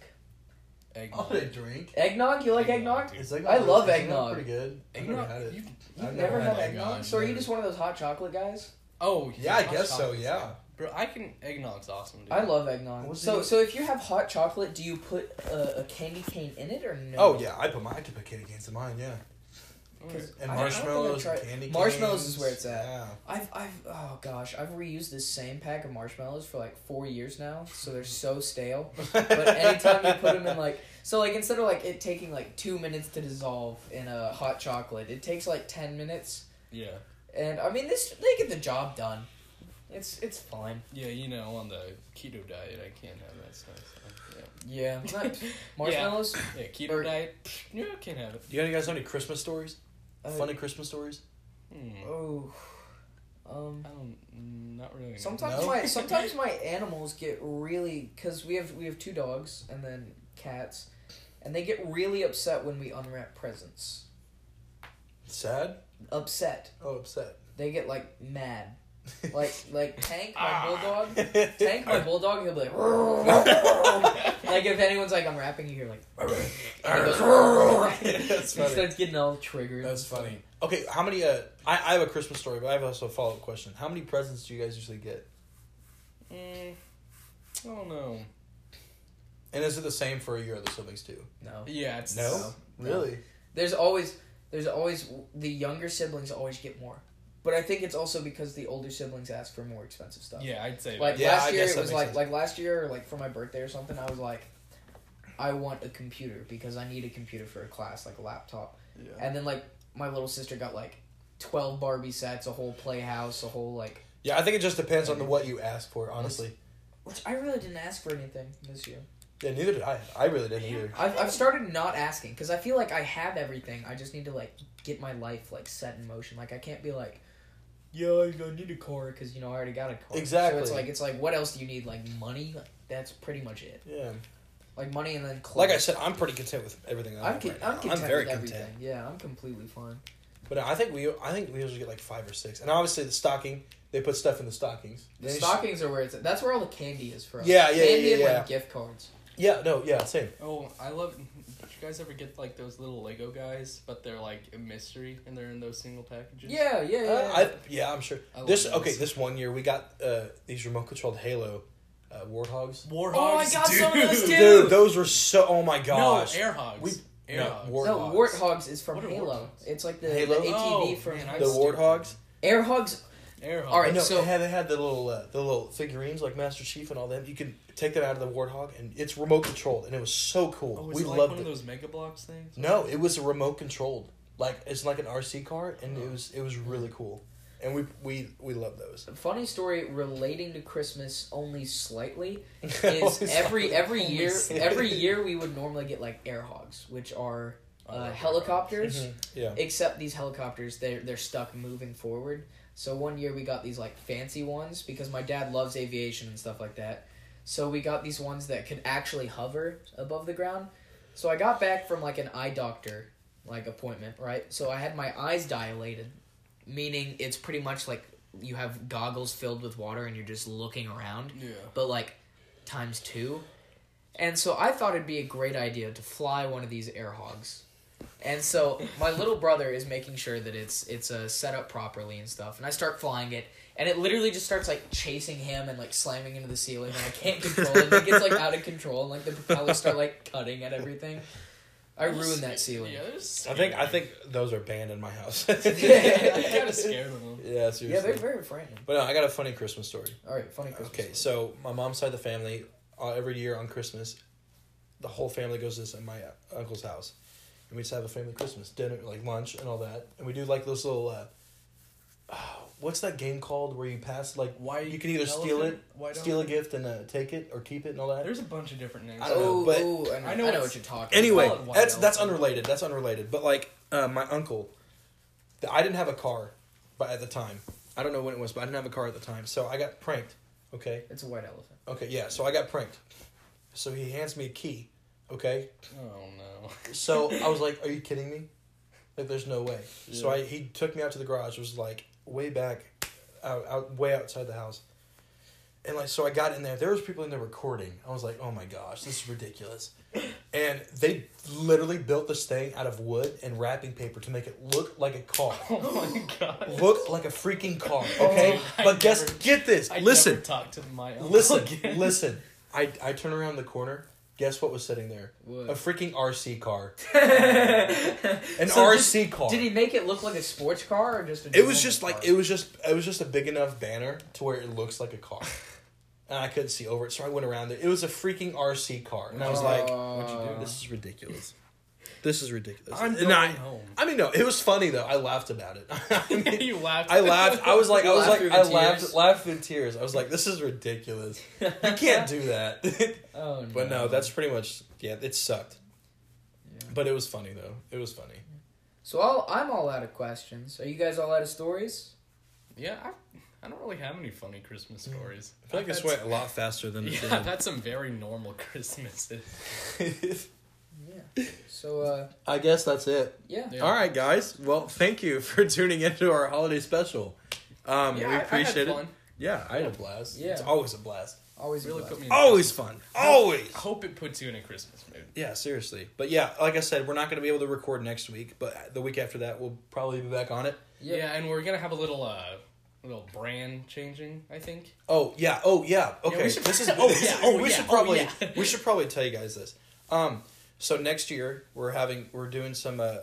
Speaker 1: I'll
Speaker 3: Eggnog.
Speaker 1: let it Oh, drink.
Speaker 2: Eggnog? You like eggnog?
Speaker 3: Eggnog, dude.
Speaker 1: It's like
Speaker 2: I love
Speaker 1: it's
Speaker 2: eggnog.
Speaker 1: Pretty good. I've never
Speaker 3: Eggnog,
Speaker 1: had it.
Speaker 3: you-
Speaker 1: I've
Speaker 2: Never
Speaker 3: had
Speaker 2: have
Speaker 3: eggnog.
Speaker 2: eggnog? So are you
Speaker 1: never.
Speaker 2: just one of those hot chocolate guys?
Speaker 3: Oh
Speaker 1: Yeah, I
Speaker 3: hot
Speaker 1: guess so.
Speaker 3: chocolate's
Speaker 1: Yeah.
Speaker 3: good. Bro, I can eggnog's awesome, dude.
Speaker 2: I love eggnog.
Speaker 1: What's
Speaker 2: So
Speaker 1: it-
Speaker 2: so if you have hot chocolate, do you put a, a candy cane in it or no?
Speaker 1: Oh yeah, I put my I could put candy canes in mine. Yeah.
Speaker 2: 'Cause
Speaker 1: And
Speaker 2: I- I don't think I've
Speaker 1: marshmallows,
Speaker 2: tried-
Speaker 1: and candy.
Speaker 2: Marshmallows
Speaker 1: canes.
Speaker 2: is where it's at.
Speaker 1: Yeah.
Speaker 2: I've I've oh gosh, I've reused this same pack of marshmallows for like four years now, so they're so stale. But anytime you put them in like so like instead of like it taking like two minutes to dissolve in a hot chocolate, it takes like ten minutes.
Speaker 3: Yeah.
Speaker 2: And I mean this they get the job done. It's it's fine.
Speaker 3: Yeah, you know, on the keto diet, I can't have that stuff. So, yeah.
Speaker 2: Yeah. marshmallows.
Speaker 3: yeah, keto
Speaker 2: Or-
Speaker 3: diet, yeah, I can't have it.
Speaker 1: Do you guys know any Christmas stories?
Speaker 2: Uh,
Speaker 1: Funny Christmas stories?
Speaker 3: Hmm.
Speaker 2: Oh. Um.
Speaker 3: I don't, mm, not really. know.
Speaker 2: Sometimes
Speaker 1: No?
Speaker 2: my sometimes my animals get really because we have we have two dogs and then cats, and they get really upset when we unwrap presents.
Speaker 1: Sad?
Speaker 2: Upset.
Speaker 1: Oh, upset.
Speaker 2: They get like mad. Like like Tank my
Speaker 3: Ah.
Speaker 2: bulldog. Tank my bulldog. He'll be like. like if anyone's like I'm wrapping you, here like. and he goes,
Speaker 1: That's
Speaker 2: he
Speaker 1: funny.
Speaker 2: starts getting all triggered.
Speaker 1: That's funny. Okay, how many? Uh, I I have a Christmas story, but I have also a follow up question. How many presents do you guys usually get?
Speaker 3: Mm, I don't know.
Speaker 1: And is it the same for your other siblings too?
Speaker 2: No.
Speaker 3: Yeah, it's
Speaker 2: No.
Speaker 1: really.
Speaker 2: There's always there's always the younger siblings always get more. But I think it's also because the older siblings ask for more expensive stuff.
Speaker 3: Yeah, I'd say.
Speaker 2: Like
Speaker 1: Yeah,
Speaker 2: last
Speaker 1: I
Speaker 2: year
Speaker 1: guess
Speaker 2: it
Speaker 1: that
Speaker 2: was
Speaker 1: makes
Speaker 2: like
Speaker 1: sense.
Speaker 2: like last year or like for my birthday or something I was like I want a computer because I need a computer for a class like a laptop.
Speaker 1: Yeah.
Speaker 2: And then like my little sister got like 12 Barbie sets, a whole playhouse, a whole like
Speaker 1: Yeah, I think it just depends on the, what you ask for, honestly.
Speaker 2: which I really didn't ask for anything this year.
Speaker 1: Yeah, neither did I. I really didn't either.
Speaker 2: I've, I've started not asking because I feel like I have everything. I just need to like get my life like set in motion. Like I can't be like, yeah, I I need a car because you know I already got a car. So
Speaker 1: Exactly.
Speaker 2: it's like it's like what else do you need? Like money. Like, that's pretty much it.
Speaker 1: Yeah.
Speaker 2: Like money and then clothes.
Speaker 1: Like I said, I'm pretty content with everything. I
Speaker 2: I'm
Speaker 1: have
Speaker 2: con-
Speaker 1: right now.
Speaker 2: I'm content
Speaker 1: I'm very
Speaker 2: with
Speaker 1: content.
Speaker 2: everything. Yeah, I'm completely fine.
Speaker 1: But I think we I think we usually get like five or six, and obviously the stocking they put stuff in the stockings.
Speaker 2: The
Speaker 1: They sh-
Speaker 2: stockings are where it's at. That's where all the candy is for us.
Speaker 1: Yeah, yeah,
Speaker 2: candy
Speaker 1: yeah,
Speaker 2: and
Speaker 1: yeah.
Speaker 2: like gift cards.
Speaker 1: yeah, no, yeah, same.
Speaker 3: oh, I love. Did you guys ever get like those little Lego guys, but they're like a mystery and they're in those single packages?
Speaker 2: Yeah, yeah, yeah.
Speaker 1: Uh, I, yeah, I'm sure.
Speaker 3: I love
Speaker 1: This
Speaker 3: those.
Speaker 1: okay. This one year we got uh, these remote controlled Halo uh, warthogs.
Speaker 3: Warhogs.
Speaker 2: Oh, I got
Speaker 3: dude.
Speaker 2: some of those, too.
Speaker 1: Dude, those were so. Oh my
Speaker 3: No,
Speaker 1: gosh.
Speaker 3: airhogs.
Speaker 1: We-
Speaker 3: airhogs.
Speaker 1: no, war-
Speaker 2: no,
Speaker 1: warthogs.
Speaker 2: warthogs is from
Speaker 3: What are
Speaker 2: Halo.
Speaker 3: warthogs?
Speaker 2: It's like the, the
Speaker 1: Halo?
Speaker 2: ATV
Speaker 3: Oh,
Speaker 2: from
Speaker 3: man,
Speaker 1: the
Speaker 3: I'm stupid.
Speaker 1: warthogs.
Speaker 2: Airhogs.
Speaker 3: airhogs.
Speaker 2: All right,
Speaker 1: I know.
Speaker 2: so-
Speaker 1: they, had, they had the little uh, the little figurines like Master Chief and all them. You could take them out of the warthog, and it's remote controlled, and it was so cool.
Speaker 3: Oh, is
Speaker 1: we
Speaker 3: it like
Speaker 1: loved
Speaker 3: one
Speaker 1: it.
Speaker 3: of those Mega Blocks things. Oh.
Speaker 1: No, it was a remote controlled. Like it's like an RC car, and it was it was really cool. and we we we love those.
Speaker 2: Funny story relating to Christmas only slightly is
Speaker 1: Always
Speaker 2: every
Speaker 1: like-
Speaker 2: every
Speaker 1: only
Speaker 2: year
Speaker 1: slightly.
Speaker 2: every year we would normally get like air hogs, which are uh, helicopters.
Speaker 1: Mm-hmm. Yeah.
Speaker 2: Except these helicopters, they're they're stuck moving forward. So one year we got these like fancy ones because my dad loves aviation and stuff like that. So we got these ones that could actually hover above the ground. So I got back from like an eye doctor like appointment, right? So I had my eyes dilated, meaning it's pretty much like you have goggles filled with water and you're just looking around
Speaker 3: Yeah.
Speaker 2: but like times two. And so I thought it'd be a great idea to fly one of these air hogs. And so my little brother is making sure that it's it's uh, set up properly and stuff. And I start flying it, and it literally just starts like chasing him and like slamming into the ceiling. And I can't control it. It gets like out of control, and like the propellers start like cutting at everything. I ruined that ceiling.
Speaker 3: Yeah, there's
Speaker 1: I think I think those are banned in my house.
Speaker 3: kind
Speaker 1: yeah,
Speaker 3: of scared of them.
Speaker 1: seriously.
Speaker 2: Yeah, they're very frightening.
Speaker 1: but no, I got a funny Christmas story.
Speaker 2: All right, funny Christmas.
Speaker 1: Okay,
Speaker 2: story.
Speaker 1: so my mom's side of the family, uh, every year on Christmas, the whole family goes to this at my uncle's house, and we just have a family Christmas dinner, like lunch and all that, and we do like those little. Uh, oh, what's that game called where you pass like why you can either steal it,
Speaker 3: elephant? Why don't-
Speaker 1: steal a gift and uh, take it or keep it and all that.
Speaker 3: There's a bunch of different names.
Speaker 1: I don't know,
Speaker 2: Oh,
Speaker 1: but-
Speaker 2: oh, I know, I know,
Speaker 3: it's-
Speaker 2: what you're talking.
Speaker 1: Anyway,
Speaker 3: Call it wild
Speaker 1: that's that's
Speaker 3: elephant.
Speaker 1: unrelated. That's unrelated. But like uh, my uncle, the, I didn't have a car, but at the time, I don't know when it was, but I didn't have a car at the time, so I got pranked. Okay,
Speaker 2: about. it's a white elephant.
Speaker 1: okay, yeah. So I got pranked. So he hands me a key. Okay,
Speaker 3: Oh no.
Speaker 1: so I was like, "Are you kidding me? Like, there's no way." So I he took me out to the garage. It was like way back, out, out way outside the house, and like so I got in there. There was people in there recording. I was like, "Oh my gosh, this is ridiculous!" And they literally built this thing out of wood and wrapping paper to make it look like a car.
Speaker 3: Oh my god.
Speaker 1: Look like a freaking car, okay?
Speaker 3: I
Speaker 1: but guess
Speaker 3: never-
Speaker 1: get this.
Speaker 3: Oh I
Speaker 1: listen,
Speaker 3: Never talk to my uncle
Speaker 1: listen,
Speaker 3: again.
Speaker 1: listen. I I turn around the corner. Guess what was sitting there?
Speaker 2: What?
Speaker 1: A freaking RC car. An
Speaker 2: So
Speaker 1: RC car.
Speaker 2: Did he make it look like a sports car or just a?
Speaker 1: it was
Speaker 2: normal
Speaker 1: just like
Speaker 2: car?
Speaker 1: it was just it was just a big enough banner to where it looks like a car. and I couldn't see over it, so I went around it. It was a freaking RC car. And I was like,
Speaker 2: Uh,
Speaker 1: this is ridiculous. This is ridiculous.
Speaker 3: I'm
Speaker 1: And
Speaker 3: going
Speaker 1: I,
Speaker 3: home.
Speaker 1: I mean no, it was funny though. I laughed about it. I mean,
Speaker 3: you laughed.
Speaker 1: I laughed. I was like, I
Speaker 2: You
Speaker 1: was
Speaker 2: laughed
Speaker 1: like,
Speaker 2: through the
Speaker 1: I
Speaker 2: tears.
Speaker 1: laughed, laughed through tears. I was like, this is ridiculous. You can't do that.
Speaker 2: Oh no.
Speaker 1: But no, that's pretty much yeah. It sucked,
Speaker 2: Yeah.
Speaker 1: but it was funny though. It was funny.
Speaker 2: So all, I'm all out of questions. Are you guys all out of stories?
Speaker 3: Yeah, I, I don't really have any funny Christmas stories.
Speaker 1: I feel like this went a lot faster than it
Speaker 3: Yeah, I've had some very normal Christmases.
Speaker 1: did.
Speaker 2: Yeah. So uh,
Speaker 1: I guess that's it.
Speaker 2: yeah.
Speaker 3: Yeah.
Speaker 1: All right, guys. Well, thank you for tuning into our holiday special. Um, we
Speaker 3: Yeah, I- I had
Speaker 1: appreciate it.
Speaker 3: fun.
Speaker 1: Yeah, I had a blast.
Speaker 2: Yeah.
Speaker 1: it's always a blast.
Speaker 2: Always a
Speaker 3: Really
Speaker 2: blast.
Speaker 3: put me. In
Speaker 1: Always fun. Always.
Speaker 3: I hope it puts you in a Christmas mood.
Speaker 1: Yeah, seriously. But yeah, like I said, we're not going to be able to record next week, but the week after that, we'll probably be back on it.
Speaker 2: Yeah.
Speaker 3: Yeah, and we're gonna have a little uh, little brand changing. I think.
Speaker 1: Oh yeah. Oh yeah. Okay.
Speaker 3: we should-
Speaker 1: this is. Oh yeah. Oh, we
Speaker 3: yeah,
Speaker 1: should
Speaker 3: oh,
Speaker 1: probably.
Speaker 3: yeah.
Speaker 1: we should probably tell you guys this. Um. So next year we're having we're doing some uh,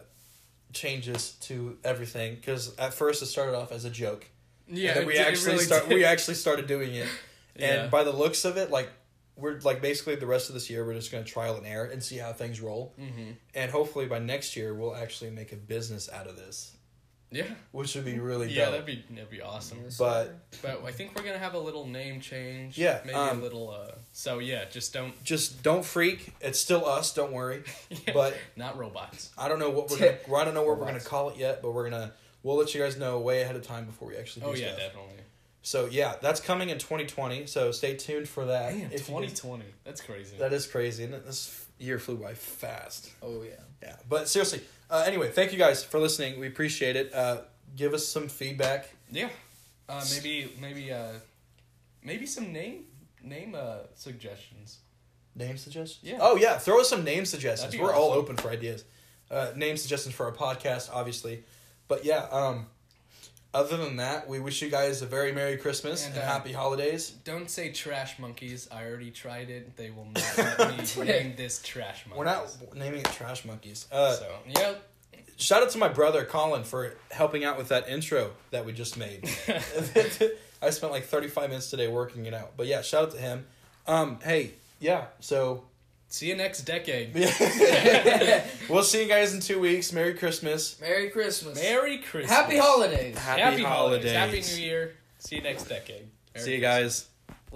Speaker 1: changes to everything because at first it started off as a joke.
Speaker 3: Yeah,
Speaker 1: And then we actually start. We actually started doing it, and
Speaker 3: Yeah.
Speaker 1: by the looks of it, like we're like basically the rest of this year we're just going to trial and error and see how things roll,
Speaker 3: hmm
Speaker 1: and hopefully by next year we'll actually make a business out of this,
Speaker 3: Yeah,
Speaker 1: which would be really
Speaker 3: yeah,
Speaker 1: dope.
Speaker 3: that'd be that'd be awesome.
Speaker 1: But
Speaker 3: But I think we're gonna have a little name change.
Speaker 1: Yeah,
Speaker 3: maybe
Speaker 1: um,
Speaker 3: a little. uh So yeah, just don't.
Speaker 1: just don't freak. It's still us. Don't worry. But
Speaker 3: not robots.
Speaker 1: I don't know what we're gonna, well, I don't know what we're gonna call it yet, but we're gonna we'll let you guys know way ahead of time before we actually do
Speaker 3: Oh yeah,
Speaker 1: stuff.
Speaker 3: definitely.
Speaker 1: So yeah, that's coming in 2020. So stay tuned for that.
Speaker 3: Damn,
Speaker 1: Uh, If you
Speaker 3: twenty
Speaker 1: guys-
Speaker 3: twenty. That's crazy.
Speaker 1: that is crazy, and this year flew by fast.
Speaker 2: Oh yeah.
Speaker 1: Yeah, but seriously. Uh, anyway, thank you guys for listening. We appreciate it. Uh, give us some feedback.
Speaker 3: Yeah. Uh, maybe maybe uh, maybe some name name uh suggestions.
Speaker 1: Name suggestions?
Speaker 3: Yeah.
Speaker 1: Oh, yeah. Throw us some name
Speaker 3: That'd
Speaker 1: suggestions.
Speaker 3: be
Speaker 1: We're all
Speaker 3: awesome.
Speaker 1: open for ideas. Uh, name suggestions for our podcast, obviously. But yeah, um, other than that, we wish you guys a very Merry Christmas and,
Speaker 3: And, uh,
Speaker 1: happy holidays.
Speaker 3: Don't say trash monkeys. I already tried it. They will not let me name this trash monkeys.
Speaker 1: We're not naming it Trash Monkeys. Uh,
Speaker 3: So yeah.
Speaker 1: shout out to my brother, Colin, for helping out with that intro that we just made. I spent like 35 minutes today working it out. But yeah, shout out to him. Um, hey, yeah, so
Speaker 3: See you next decade.
Speaker 1: we'll see you guys in two weeks. Merry Christmas.
Speaker 2: Merry Christmas.
Speaker 3: Merry Christmas.
Speaker 2: Happy holidays.
Speaker 3: Happy, holidays. Happy New Year. See you next decade. Merry
Speaker 1: See you
Speaker 3: Christmas.
Speaker 1: guys.